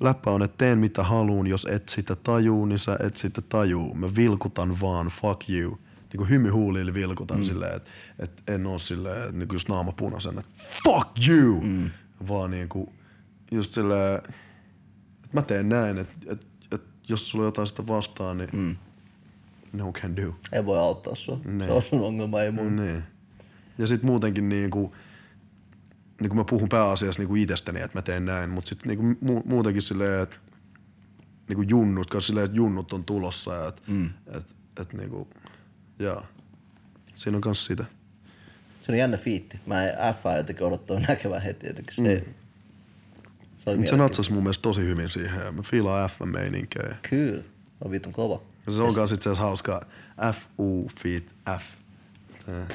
läppä on, että teen mitä haluun, jos et sitä tajuu, niin sä et sitä tajuu. Mä vilkutan vaan, fuck you. Niinku hymy huulille vilkutan mm. silleen, että et en oo silleen, että niinku just naama punaisena, että fuck you! Mm. Vaan niinku just silleen, että mä teen näin, että et, et, jos sulla on jotain sitä vastaan, niin mm. no can do.
Ei voi auttaa sua.
Niin.
Se on sun ongelma, ei mun.
Niin. Ja sitten muutenkin niinku, niinku mä puhun pääasiassa niinku itsestäni, että mä teen näin, mutta sitten niinku mu- muutenkin silleen, että niinku junnut, koska silleen, että junnut on tulossa ja että mm. et, et niinku, jaa. Siinä on kans sitä.
Se on jännä fiitti. Mä en F jotenkin odottaa näkevän heti jotenkin. Se, mm. se oli
Mutta se
mielenkiintoista.
natsas mun mielestä tosi hyvin siihen ja mä fiilaan F-meininkiä.
Kyllä. On vitun kova.
Ja Se on kans itse asiassa hauskaa. FU feet F. Tää.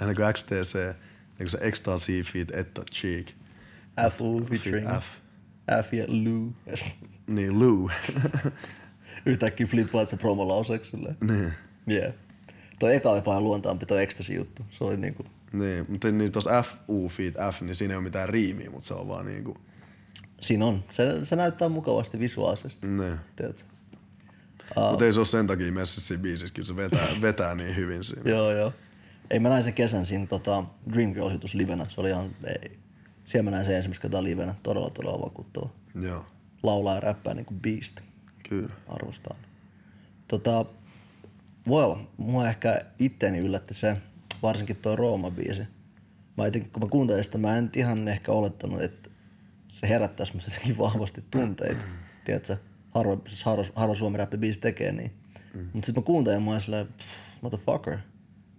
Vähän kuin XTC, niin se ecstasy feet etta cheek.
FU featuring
F.
F ja Lou.
Niin Lou.
Yhtäkkiä flippaat se promolauseeksi silleen.
niin.
Yeah. Toi eka oli paljon luontaampi toi ekstasi juttu. Se oli niinku...
Niin, mutta niin tuossa FU feet F, niin siinä ei ole mitään riimiä, mutta se on vaan niinku,
Siinä on. Se, se näyttää mukavasti visuaalisesti.
ne.
Tiedätkö?
Mutta niin. ei se ole sen takia messissä siinä biisissä, kyllä se vetää, vetää niin hyvin siinä.
Joo, joo. Ei mä näin sen kesän siinä tota, Dreamgirls-jutus livenä. Se oli ihan... Ei. Siellä mä näin sen ensimmäistä kertaa livenä. Todella, todella vakuuttava.
Joo,
Laulaa ja räppää niinku beast.
kyllä.
arvostan. Tota, well, mua ehkä itteni yllätti se, varsinkin tuo Rooma-biisi. Mä jotenkin, kun mä kuuntelin sitä, mä en ihan ehkä olettanut, että se herättää semmoisessakin vahvasti tunteita. Tiedätkö, harva, siis harva, harva suomi rappibiisi tekee niin. Mm. Mutta sitten mä kuuntelin ja mä olin silleen, pff, motherfucker.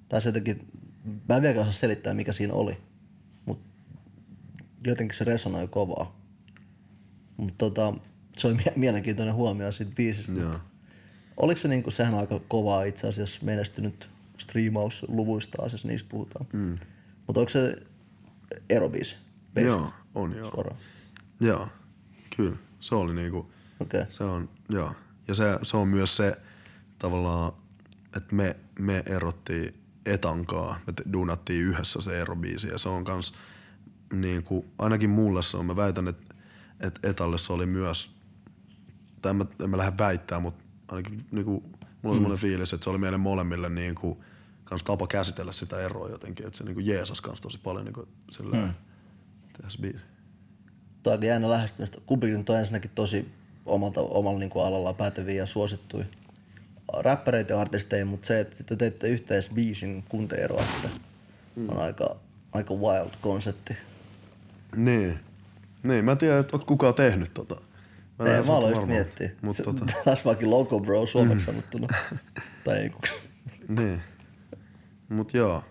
Tai se jotenkin, mä en vieläkään osaa selittää mikä siinä oli. Mut jotenkin se resonoi kovaa. Mutta tota, se oli mie- mielenkiintoinen huomio siitä biisistä.
Joo.
Oliko se niinku, sehän on aika kovaa itse asiassa menestynyt striimausluvuista taas, jos niistä puhutaan. Mm. Mutta onko se erobiisi? Basic?
Joo, on joo.
Suoraan.
Joo, kyllä. Se oli niinku,
Okei.
se on, joo. Ja se, se on myös se tavallaan, että me, me erottiin etankaa, me te- duunattiin yhdessä se erobiisi ja se on kans niinku, ainakin mulle se on, mä väitän, että et etalle se oli myös, tai en mä, en mä lähde väittämään, mutta ainakin niinku, mulla on semmoinen fiilis, että se oli meille molemmille niinku, kans tapa käsitellä sitä eroa jotenkin, että se niinku jeesas kans tosi paljon niinku sillä mm. tehdä se biisi.
Tuo aika jännä lähestymistä. Kumpikin nyt on ensinnäkin tosi omalta, omalla niin alalla päteviä ja suosittuja räppäreitä ja artisteja, mutta se, että te teette yhteisbiisin kunteeroa, että
Mm.
on aika, aika wild konsepti.
Niin. Niin, mä en tiedä, että oot kukaan tehnyt tota. Mä en
Ei,
ihan
mä
sata
aloin just
varma,
miettiä.
Mut
Se-
tota, Mm.
Tässä vaikin loco bro suomeksi sanottuna. tai enkuksi.
niin. Mut joo.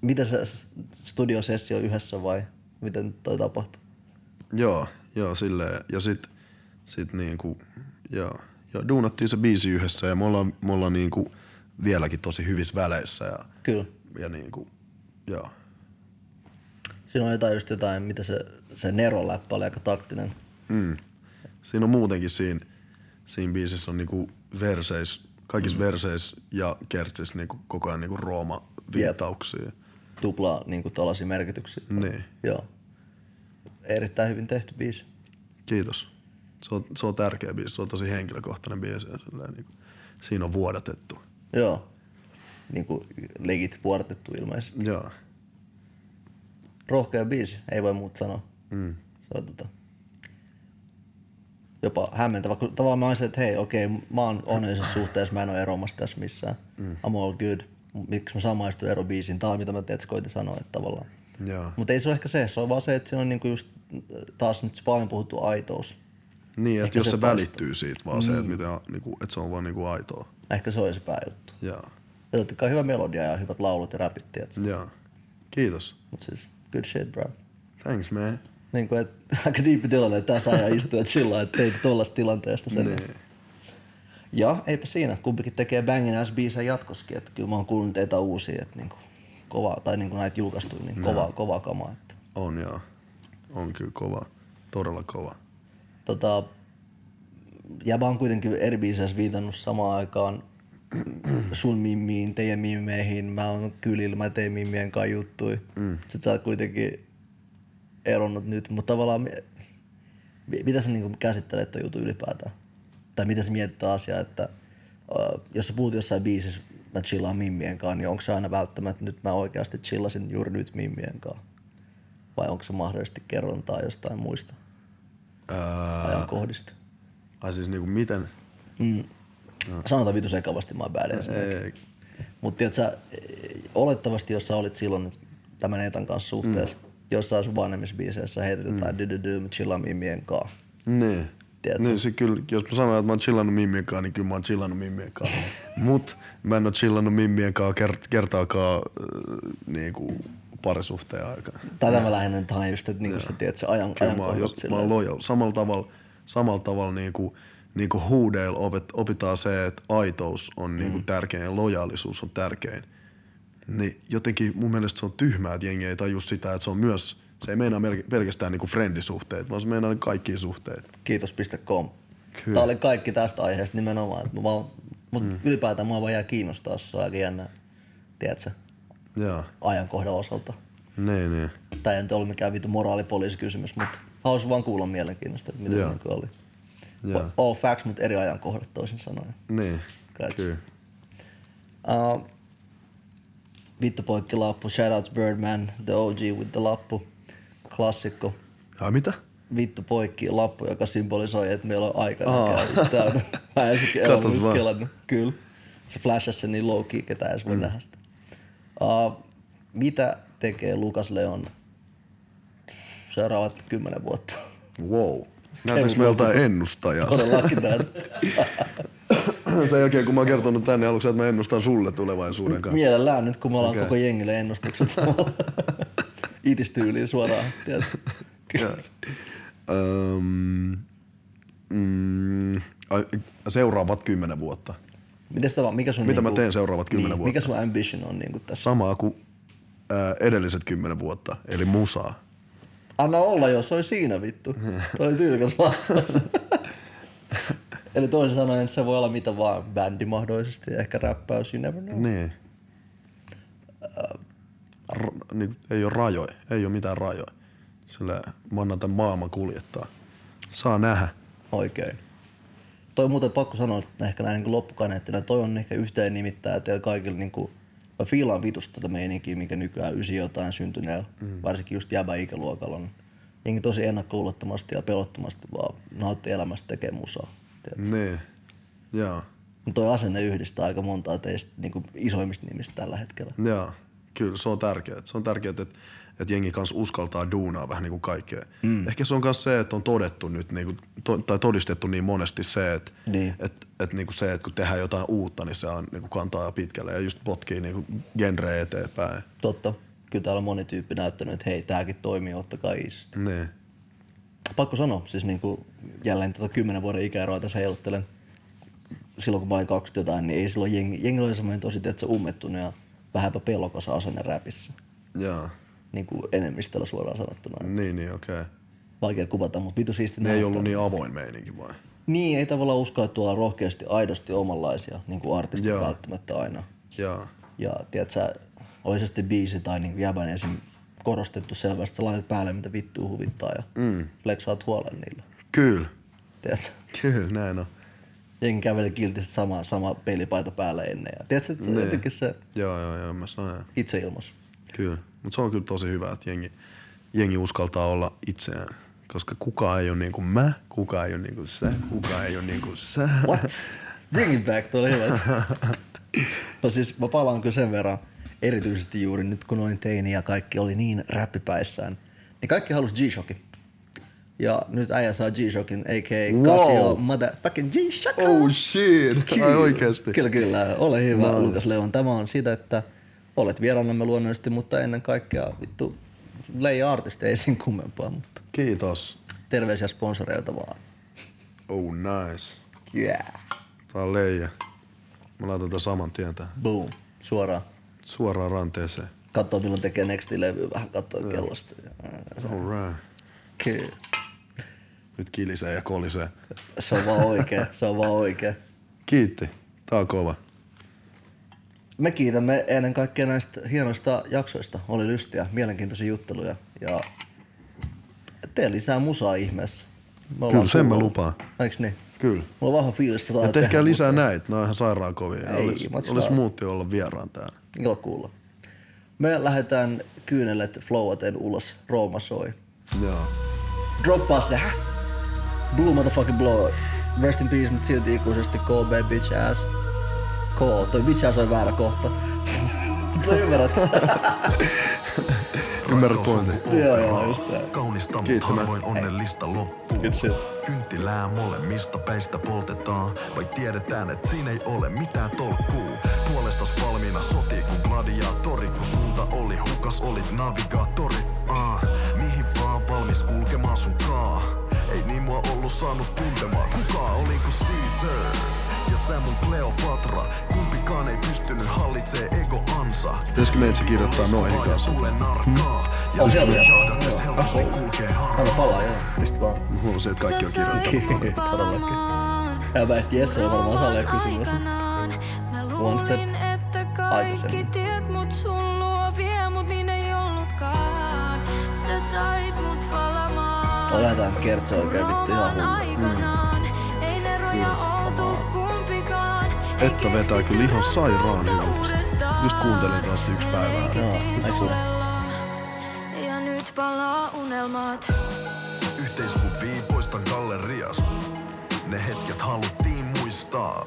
Mitä se s- studiosessio yhdessä vai miten toi tapahtui?
Joo, joo, silleen. Ja sit, sit niinku, joo. Ja duunattiin se biisi yhdessä ja me ollaan, me ollaan niinku vieläkin tosi hyvissä väleissä ja,
Kyllä.
ja niinku, joo.
Siinä on jotain just jotain, mitä se, se Nero läppä oli aika taktinen.
mm. Siinä on muutenkin siinä, siinä biisissä on niinku verseis, kaikissa mm. verseis ja kertsissä niinku koko ajan niinku Rooma viittauksia.
Tuplaa niinku tollasia merkityksiä.
Niin.
Joo. Erittäin hyvin tehty biisi.
Kiitos. Se on, se on tärkeä biisi, se on tosi henkilökohtainen biisi. Ja silleen, niin kuin, siinä on vuodatettu.
Joo. Niinku legit vuortettu ilmeisesti.
Joo.
Rohkea biisi, ei voi muuta sanoa. Mm. Se on tota, jopa hämmentävä, kun tavallaan mä olisin, että hei, okei, mä oon onnellisessa suhteessa, mä en ole eroamassa tässä missään. Mm. I'm all good. Miksi mä samaistun erobiisiin? Tää on mitä mä teet, koitin sanoa, että tavallaan.
Joo.
Mutta ei se ole ehkä se, se on vaan se, että se on niinku just taas nyt paljon puhuttu aitous.
Niin, että
Ehkä
jos
se
se,
taustalla.
välittyy siitä vaan se, että, mitä, niin kuin, että se on vaan niin kuin aitoa.
Ehkä se on se pääjuttu.
Joo.
Ja totta kai hyvä melodia ja hyvät laulut ja räpit, tiedätkö?
Joo. Kiitos.
Mut siis, good shit, bro.
Thanks, man.
Niin kuin, et, aika diippi tilanne, että tässä ajan istua ja chillaa, että teit tuollaista tilanteesta sen.
Niin.
Ja eipä siinä, kumpikin tekee bangin ass biisejä jatkoskin, että kyllä mä oon kuullut teitä uusia, että niinku, kovaa, tai niinku näitä julkaistuja, niin kovaa, kovaa kamaa. Että.
On joo. On kyllä kova. Todella kova.
Tota, ja mä oon kuitenkin eri biiseissä viitannut samaan aikaan sun mimmiin, teidän mimmeihin, mä oon kylillä, mä teen mimmien kanssa juttui. Mm. Sitten sä oot kuitenkin eronnut nyt, mutta tavallaan mi- mi- mitä sä niinku käsittelet tuon jutun ylipäätään? Tai mitä sä mietit tätä asiaa, että ö, jos sä puhut jossain biisissä, mä chillaan mimmien kanssa, niin onko se aina välttämättä, nyt mä oikeasti chillasin juuri nyt mimmien kanssa? Vai onko se mahdollisesti kerrontaa jostain muista
Ää,
ajankohdista?
ai siis niin kuin miten?
Mm. Sanotaan vitu sekavasti, mä oon bad
Ei,
Mutta tiedätkö, eh, olettavasti jos sä olit silloin nyt tämän Etan kanssa suhteessa, mm. jossain sun vanhemmissa biiseissä heität jotain mm. dydydy, chillaan mimmien kanssa.
Niin.
Tiedätkö?
Niin se kyllä, jos mä sanon, että mä oon chillannut mimmien kanssa, niin kyllä mä oon chillannut mimmien kanssa. Mut mä en oo chillannut mimmien kanssa kert- kertaakaan äh, niinku parisuhteen aikana.
Tai tämä lähinnä nyt hain just, että niinku sä tiedät, se ajan,
Kyllä mä oon, jo,
ajankohdat
mä oon
silleen.
lojal. Samalla tavalla, samalla tavalla niinku, niinku huudeilla opet, opitaan se, että aitous on
Mm.
niinku tärkein ja lojaalisuus on tärkein. Niin jotenkin mun mielestä se on tyhmää, että jengi ei taju sitä, että se on myös, se ei meinaa melke- pelkästään niinku frendisuhteet, vaan se meinaa niinku kaikki suhteet.
Kiitos.com.
Kyllä.
Tää oli kaikki tästä aiheesta nimenomaan. Et mä vaan, mut mm. ylipäätään mua vaan jää kiinnostaa, se on aika jännä, tiedätkö,
Joo.
ajankohdan osalta.
Niin, niin.
Tää ei nyt ole mikään vitu moraalipoliisikysymys, mutta haluaisin vaan kuulla mielenkiinnosta, että mitä se
Joo.
niinku oli.
Joo.
All facts, mutta eri ajankohdat toisin sanoen.
Niin,
Gotcha.
kyllä.
Uh, vittu poikki lappu, shoutouts Birdman, the OG with the lappu, klassikko.
Ai mitä?
Vittu poikki lappu, joka symbolisoi, että meillä on aikana
Aa.
käynnissä täynnä. Mä en sikin
Katos
ollut
vaan.
kelannut, kyllä. Se flashasi sen niin low key, ketä ei edes voi mm. nähdä sitä. Uh, mitä tekee Lukas Leon seuraavat kymmenen vuotta?
Wow. Näytäks me joltain ennustajalta?
Todellakin näet.
Sen jälkeen kun mä oon kertonut tänne aluksi, että mä ennustan sulle tulevaisuuden kanssa.
Mielellään nyt, kun me ollaan
Okei.
okay. koko jengille ennustukset samalla. Itistyyliin suoraan, tiedätkö? Kyllä.
Öm, mm, ai, seuraavat kymmenen vuotta.
Mites tämä, mikä sun
Mitä mä
niinku-
teen seuraavat kymmenen
niin,
vuotta?
Mikä sun ambition on niinku tässä?
Samaa kuin ää, edelliset kymmenen vuotta, eli musaa.
Anna olla, jos oli siinä vittu. Tuo oli tyylikäs vastaus. Eli toisin sanoen se voi olla mitä vaan, bändi mahdollisesti, ehkä räppäys, you never know.
Niin. R- niin, ei ole rajoja, ei ole mitään rajoja. Sillä mä annan tämän maailman kuljettaa. Saa nähdä.
Oikein. Toi on muuten pakko sanoa, että ehkä näin niin loppukaneettina, toi on ehkä yhteen nimittäjä teillä kaikilla niin kuin, mä fiilaan vitusta tätä meininkiä, mikä nykyään ysi jotain syntyneellä, mm. varsinkin just jäbä ikäluokalla on. Jengi tosi ennakkoluulottomasti ja pelottomasti vaan nautti elämästä tekee musaa. tiedätkö?
Niin. Joo.
Mut Toi asenne yhdistää aika montaa teistä niin kuin isoimmista nimistä tällä hetkellä.
Joo. Kyllä, se on tärkeää. Se on tärkeää, että, että jengi kanssa uskaltaa duunaa vähän niin kuin kaikkea. Mm. Ehkä se on myös se, että on todettu nyt, niin kuin, to, tai todistettu niin monesti se, että,
Niin.
että, että niin kuin se, että kun tehdään jotain uutta, niin se on niin kuin kantaa pitkälle ja just potkii niin kuin genre eteenpäin.
Totta. Kyllä täällä on moni tyyppi näyttänyt, että hei, tääkin toimii, ottakaa iisisti.
Niin.
Pakko sanoa, siis niin kuin jälleen tätä 10 vuoden ikäeroa tässä heiluttelen. Silloin kun mä olin 20 jotain, niin ei silloin jengi, jengi oli semmoinen tosi tietysti ummettunut ja vähänpä pelokas asenne räpissä.
Joo.
Niin kuin enemmistöllä suoraan sanottuna.
Niin, niin, okei. Okay.
Vaikea kuvata, mutta vitu siisti
Ne ei
näyttää.
ollut niin avoin meininki vai?
Niin, ei tavallaan uskallettu olla rohkeasti aidosti omanlaisia, niin kuin artistit
Joo.
välttämättä aina.
Joo.
Ja tiedätkö, oli se sitten biisi tai niin jäbän esim. korostettu selvästi, sä laitat päälle mitä vittua huvittaa ja mm. flexaat huolen niillä.
Kyllä.
Tiedätkö?
Kyllä, näin on.
Jengi käveli kiltisti sama, sama pelipaita päällä ennen. Ja tiedätkö, että se on
Niin.
jotenkin se
Joo, joo, joo, mä sanoin.
itseilmaisu.
Kyllä. Mutta se on kyllä tosi hyvä, että jengi, jengi uskaltaa olla itseään. Koska kukaan ei ole niin kuin mä, kukaan ei ole niin kuin sä, kukaan ei ole niin kuin sä.
What? Bring it back, tuo oli hyvä. No siis mä palaan kyllä sen verran, erityisesti juuri nyt kun olin teini ja kaikki oli niin räppipäissään, niin kaikki halusi G-Shockin. Ja nyt äijä saa G-Shockin, a.k.a.
Wow.
Casio motherfucking G-Shock.
Oh shit! Ai oikeesti?
Kyllä, kyllä. Ole hyvä, nice. Lukas Leon. Tämä on sitä, että olet vieraanamme luonnollisesti, mutta ennen kaikkea vittu leija artisti ei sen kummempaa, mutta
Kiitos.
terveisiä sponsoreilta vaan.
Oh nice.
Yeah.
Tää on leija. Mä laitan tän saman tien tähän.
Boom. Suoraan.
Suoraan ranteeseen.
Katsoa milloin tekee nextin levy, vähän katsoa kellosta.
Alright.
Kyllä.
Nyt kilisee ja kolisee.
Se on vaan oikea, se on vaan oikea.
Kiitti. Tää on kova.
Me kiitämme ennen kaikkea näistä hienoista jaksoista. Oli lystiä, mielenkiintoisia jutteluja ja tee lisää musaa ihmeessä. Me ollaan
Kyllä, sen mä
kuulolla.
lupaan.
Eiks niin?
Kyllä.
Mulla on vahva fiilis, että
Ja
tää
tehkää
tehdään
lisää näitä, ne on ihan sairaan kovia.
Ei,
Olis,
much
olis
love.
muutti olla vieraan täällä.
musaa. Ilo kuulla. Me lähdetään kyynelet flowaten ulos. Rooma soi.
Joo.
Droppaa se, hä? Blue motherfucking blood. Rest in peace, mut silti ikuisesti KB bitch ass. K, toi bitch ass on väärä kohta. Sä ymmärrät?
Ymmärrät pointin.
Joo, joo, just tää.
Kaunista, mutta
Kiittämään.
harvoin onnellista loppuu.
Good shit.
Kynttilää molemmista päistä poltetaan, vai tiedetään, että siinä ei ole mitään tolkkuu. Puolestas valmiina soti kun gladiatori, kun sulta oli hukas, olit navigaattori. Ah, mihin vaan valmis kulkemaan sun kaa. Ei niin mua ollut saanut tuntemaan, kuka olin kuin Caesar. Ja sä mun Cleopatra, kumpikaan ei pystynyt hallitsee ego ansa.
Pitäisikö meitsi kirjoittaa noihin kanssa? Hmm?
Tulee narkkaa, ja
On siellä.
yhden jahdates helposti kulkee harhaa.
Anna palaa, joo. Mistä vaan.
Mä huomasin, että kaikki on kirjoittanut.
Todellakin. Ja mä ehti Jesse on varmaan salee kysymys. One step.
että
Aikaisemmin.
kaikki tiet mut sun luo vie, mut niin ei ollutkaan. Sä sait mut palamaan.
Lähdetään kertso oikein vittu ihan
Rooman
hullu.
Mm.
aikanaan. Ei ne roja oltu kumpikaan. Ei
Että vetää
keksitty
kyllä ihan sairaan hyvältä.
rakkautta uudestaan.
Just kuuntelin taas yksi päivää.
Leikittiin
Joo, ai sulle.
tulella. Ja nyt palaa unelmat.
Yhteiskuvia poistan galleriasta. Ne hetket haluttiin muistaa.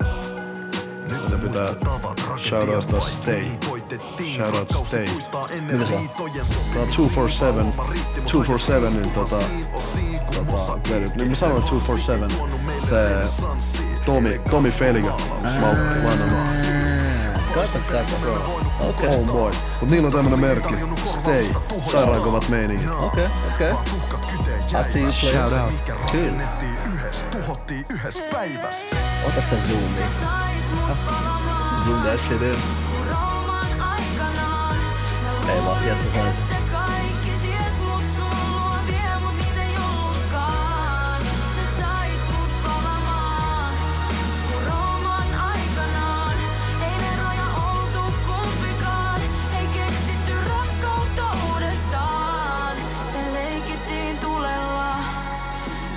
Nyt
Meidän pitää
muista tavat, rakettia
shoutouttaa
vaihtuu,
Stay.
koitettiin,
Shoutout
rakkausi
Stay.
tuistaa ennen
Mitä se on?
riitojen
Tää on
sopimista.
247.
Kaupan riitti, mut
247
aina
niin tota-
osiin, osiin, kummossa
tota, vedyt. Niin
ikinä.
mä sanoin 247.
Tuonut meille
Se
renessanssi.
Tomi, Tomi Feliga. Mä oon vanhan
Kato, kato. Okei,
oh boy. Mut niillä on tämmönen merkki. Stay. Sairaan kovat meiningit.
okei, okei.
Vaan tuhka kyteen jäi.
I see you play.
Shout out.
Mikä
Kyllä.
rakennettiin yhdessä, tuhottiin yhdessä päivässä.
Ota sitä zoomia.
Ah.
Zoom that shit in. Ei vaan, jos sä saisit.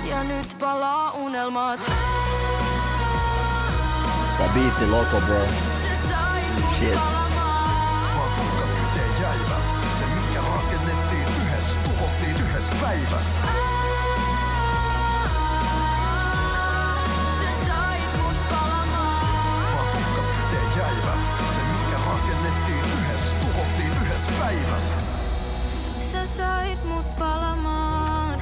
Ja nyt palaa unelmat.
Tää biitti loco, bro.
Se sai mut
Shit.
Vaan tuhka kyteen jäivät. Se mikä rakennettiin yhdessä, tuhottiin yhdessä päivässä.
Se sai mut palamaan.
Vaan tuhka kyteen jäivät. Se mikä rakennettiin yhdessä, tuhottiin yhdessä päivässä.
Sä sait mut palamaan,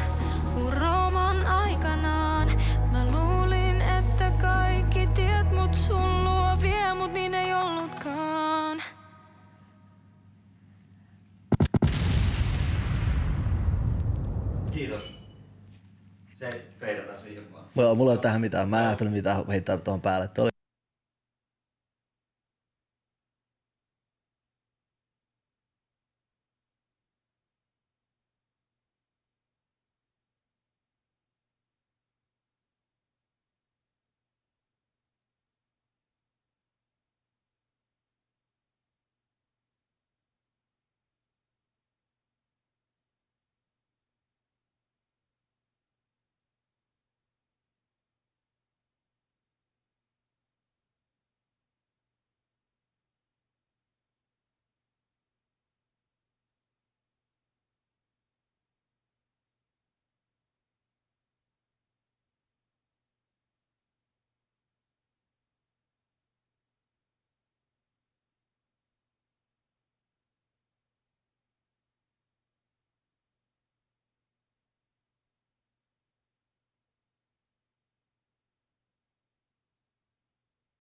kun Rooman aikanaan. Mä luulin, että kaikki tiet mut sun luo vie, mut niin ei ollutkaan.
Kiitos. Se feidataan siihen vaan.
Mulla, mulla ei ole tähän mitään. Mä en ajatellut mitään heittää tuohon päälle. Toi oli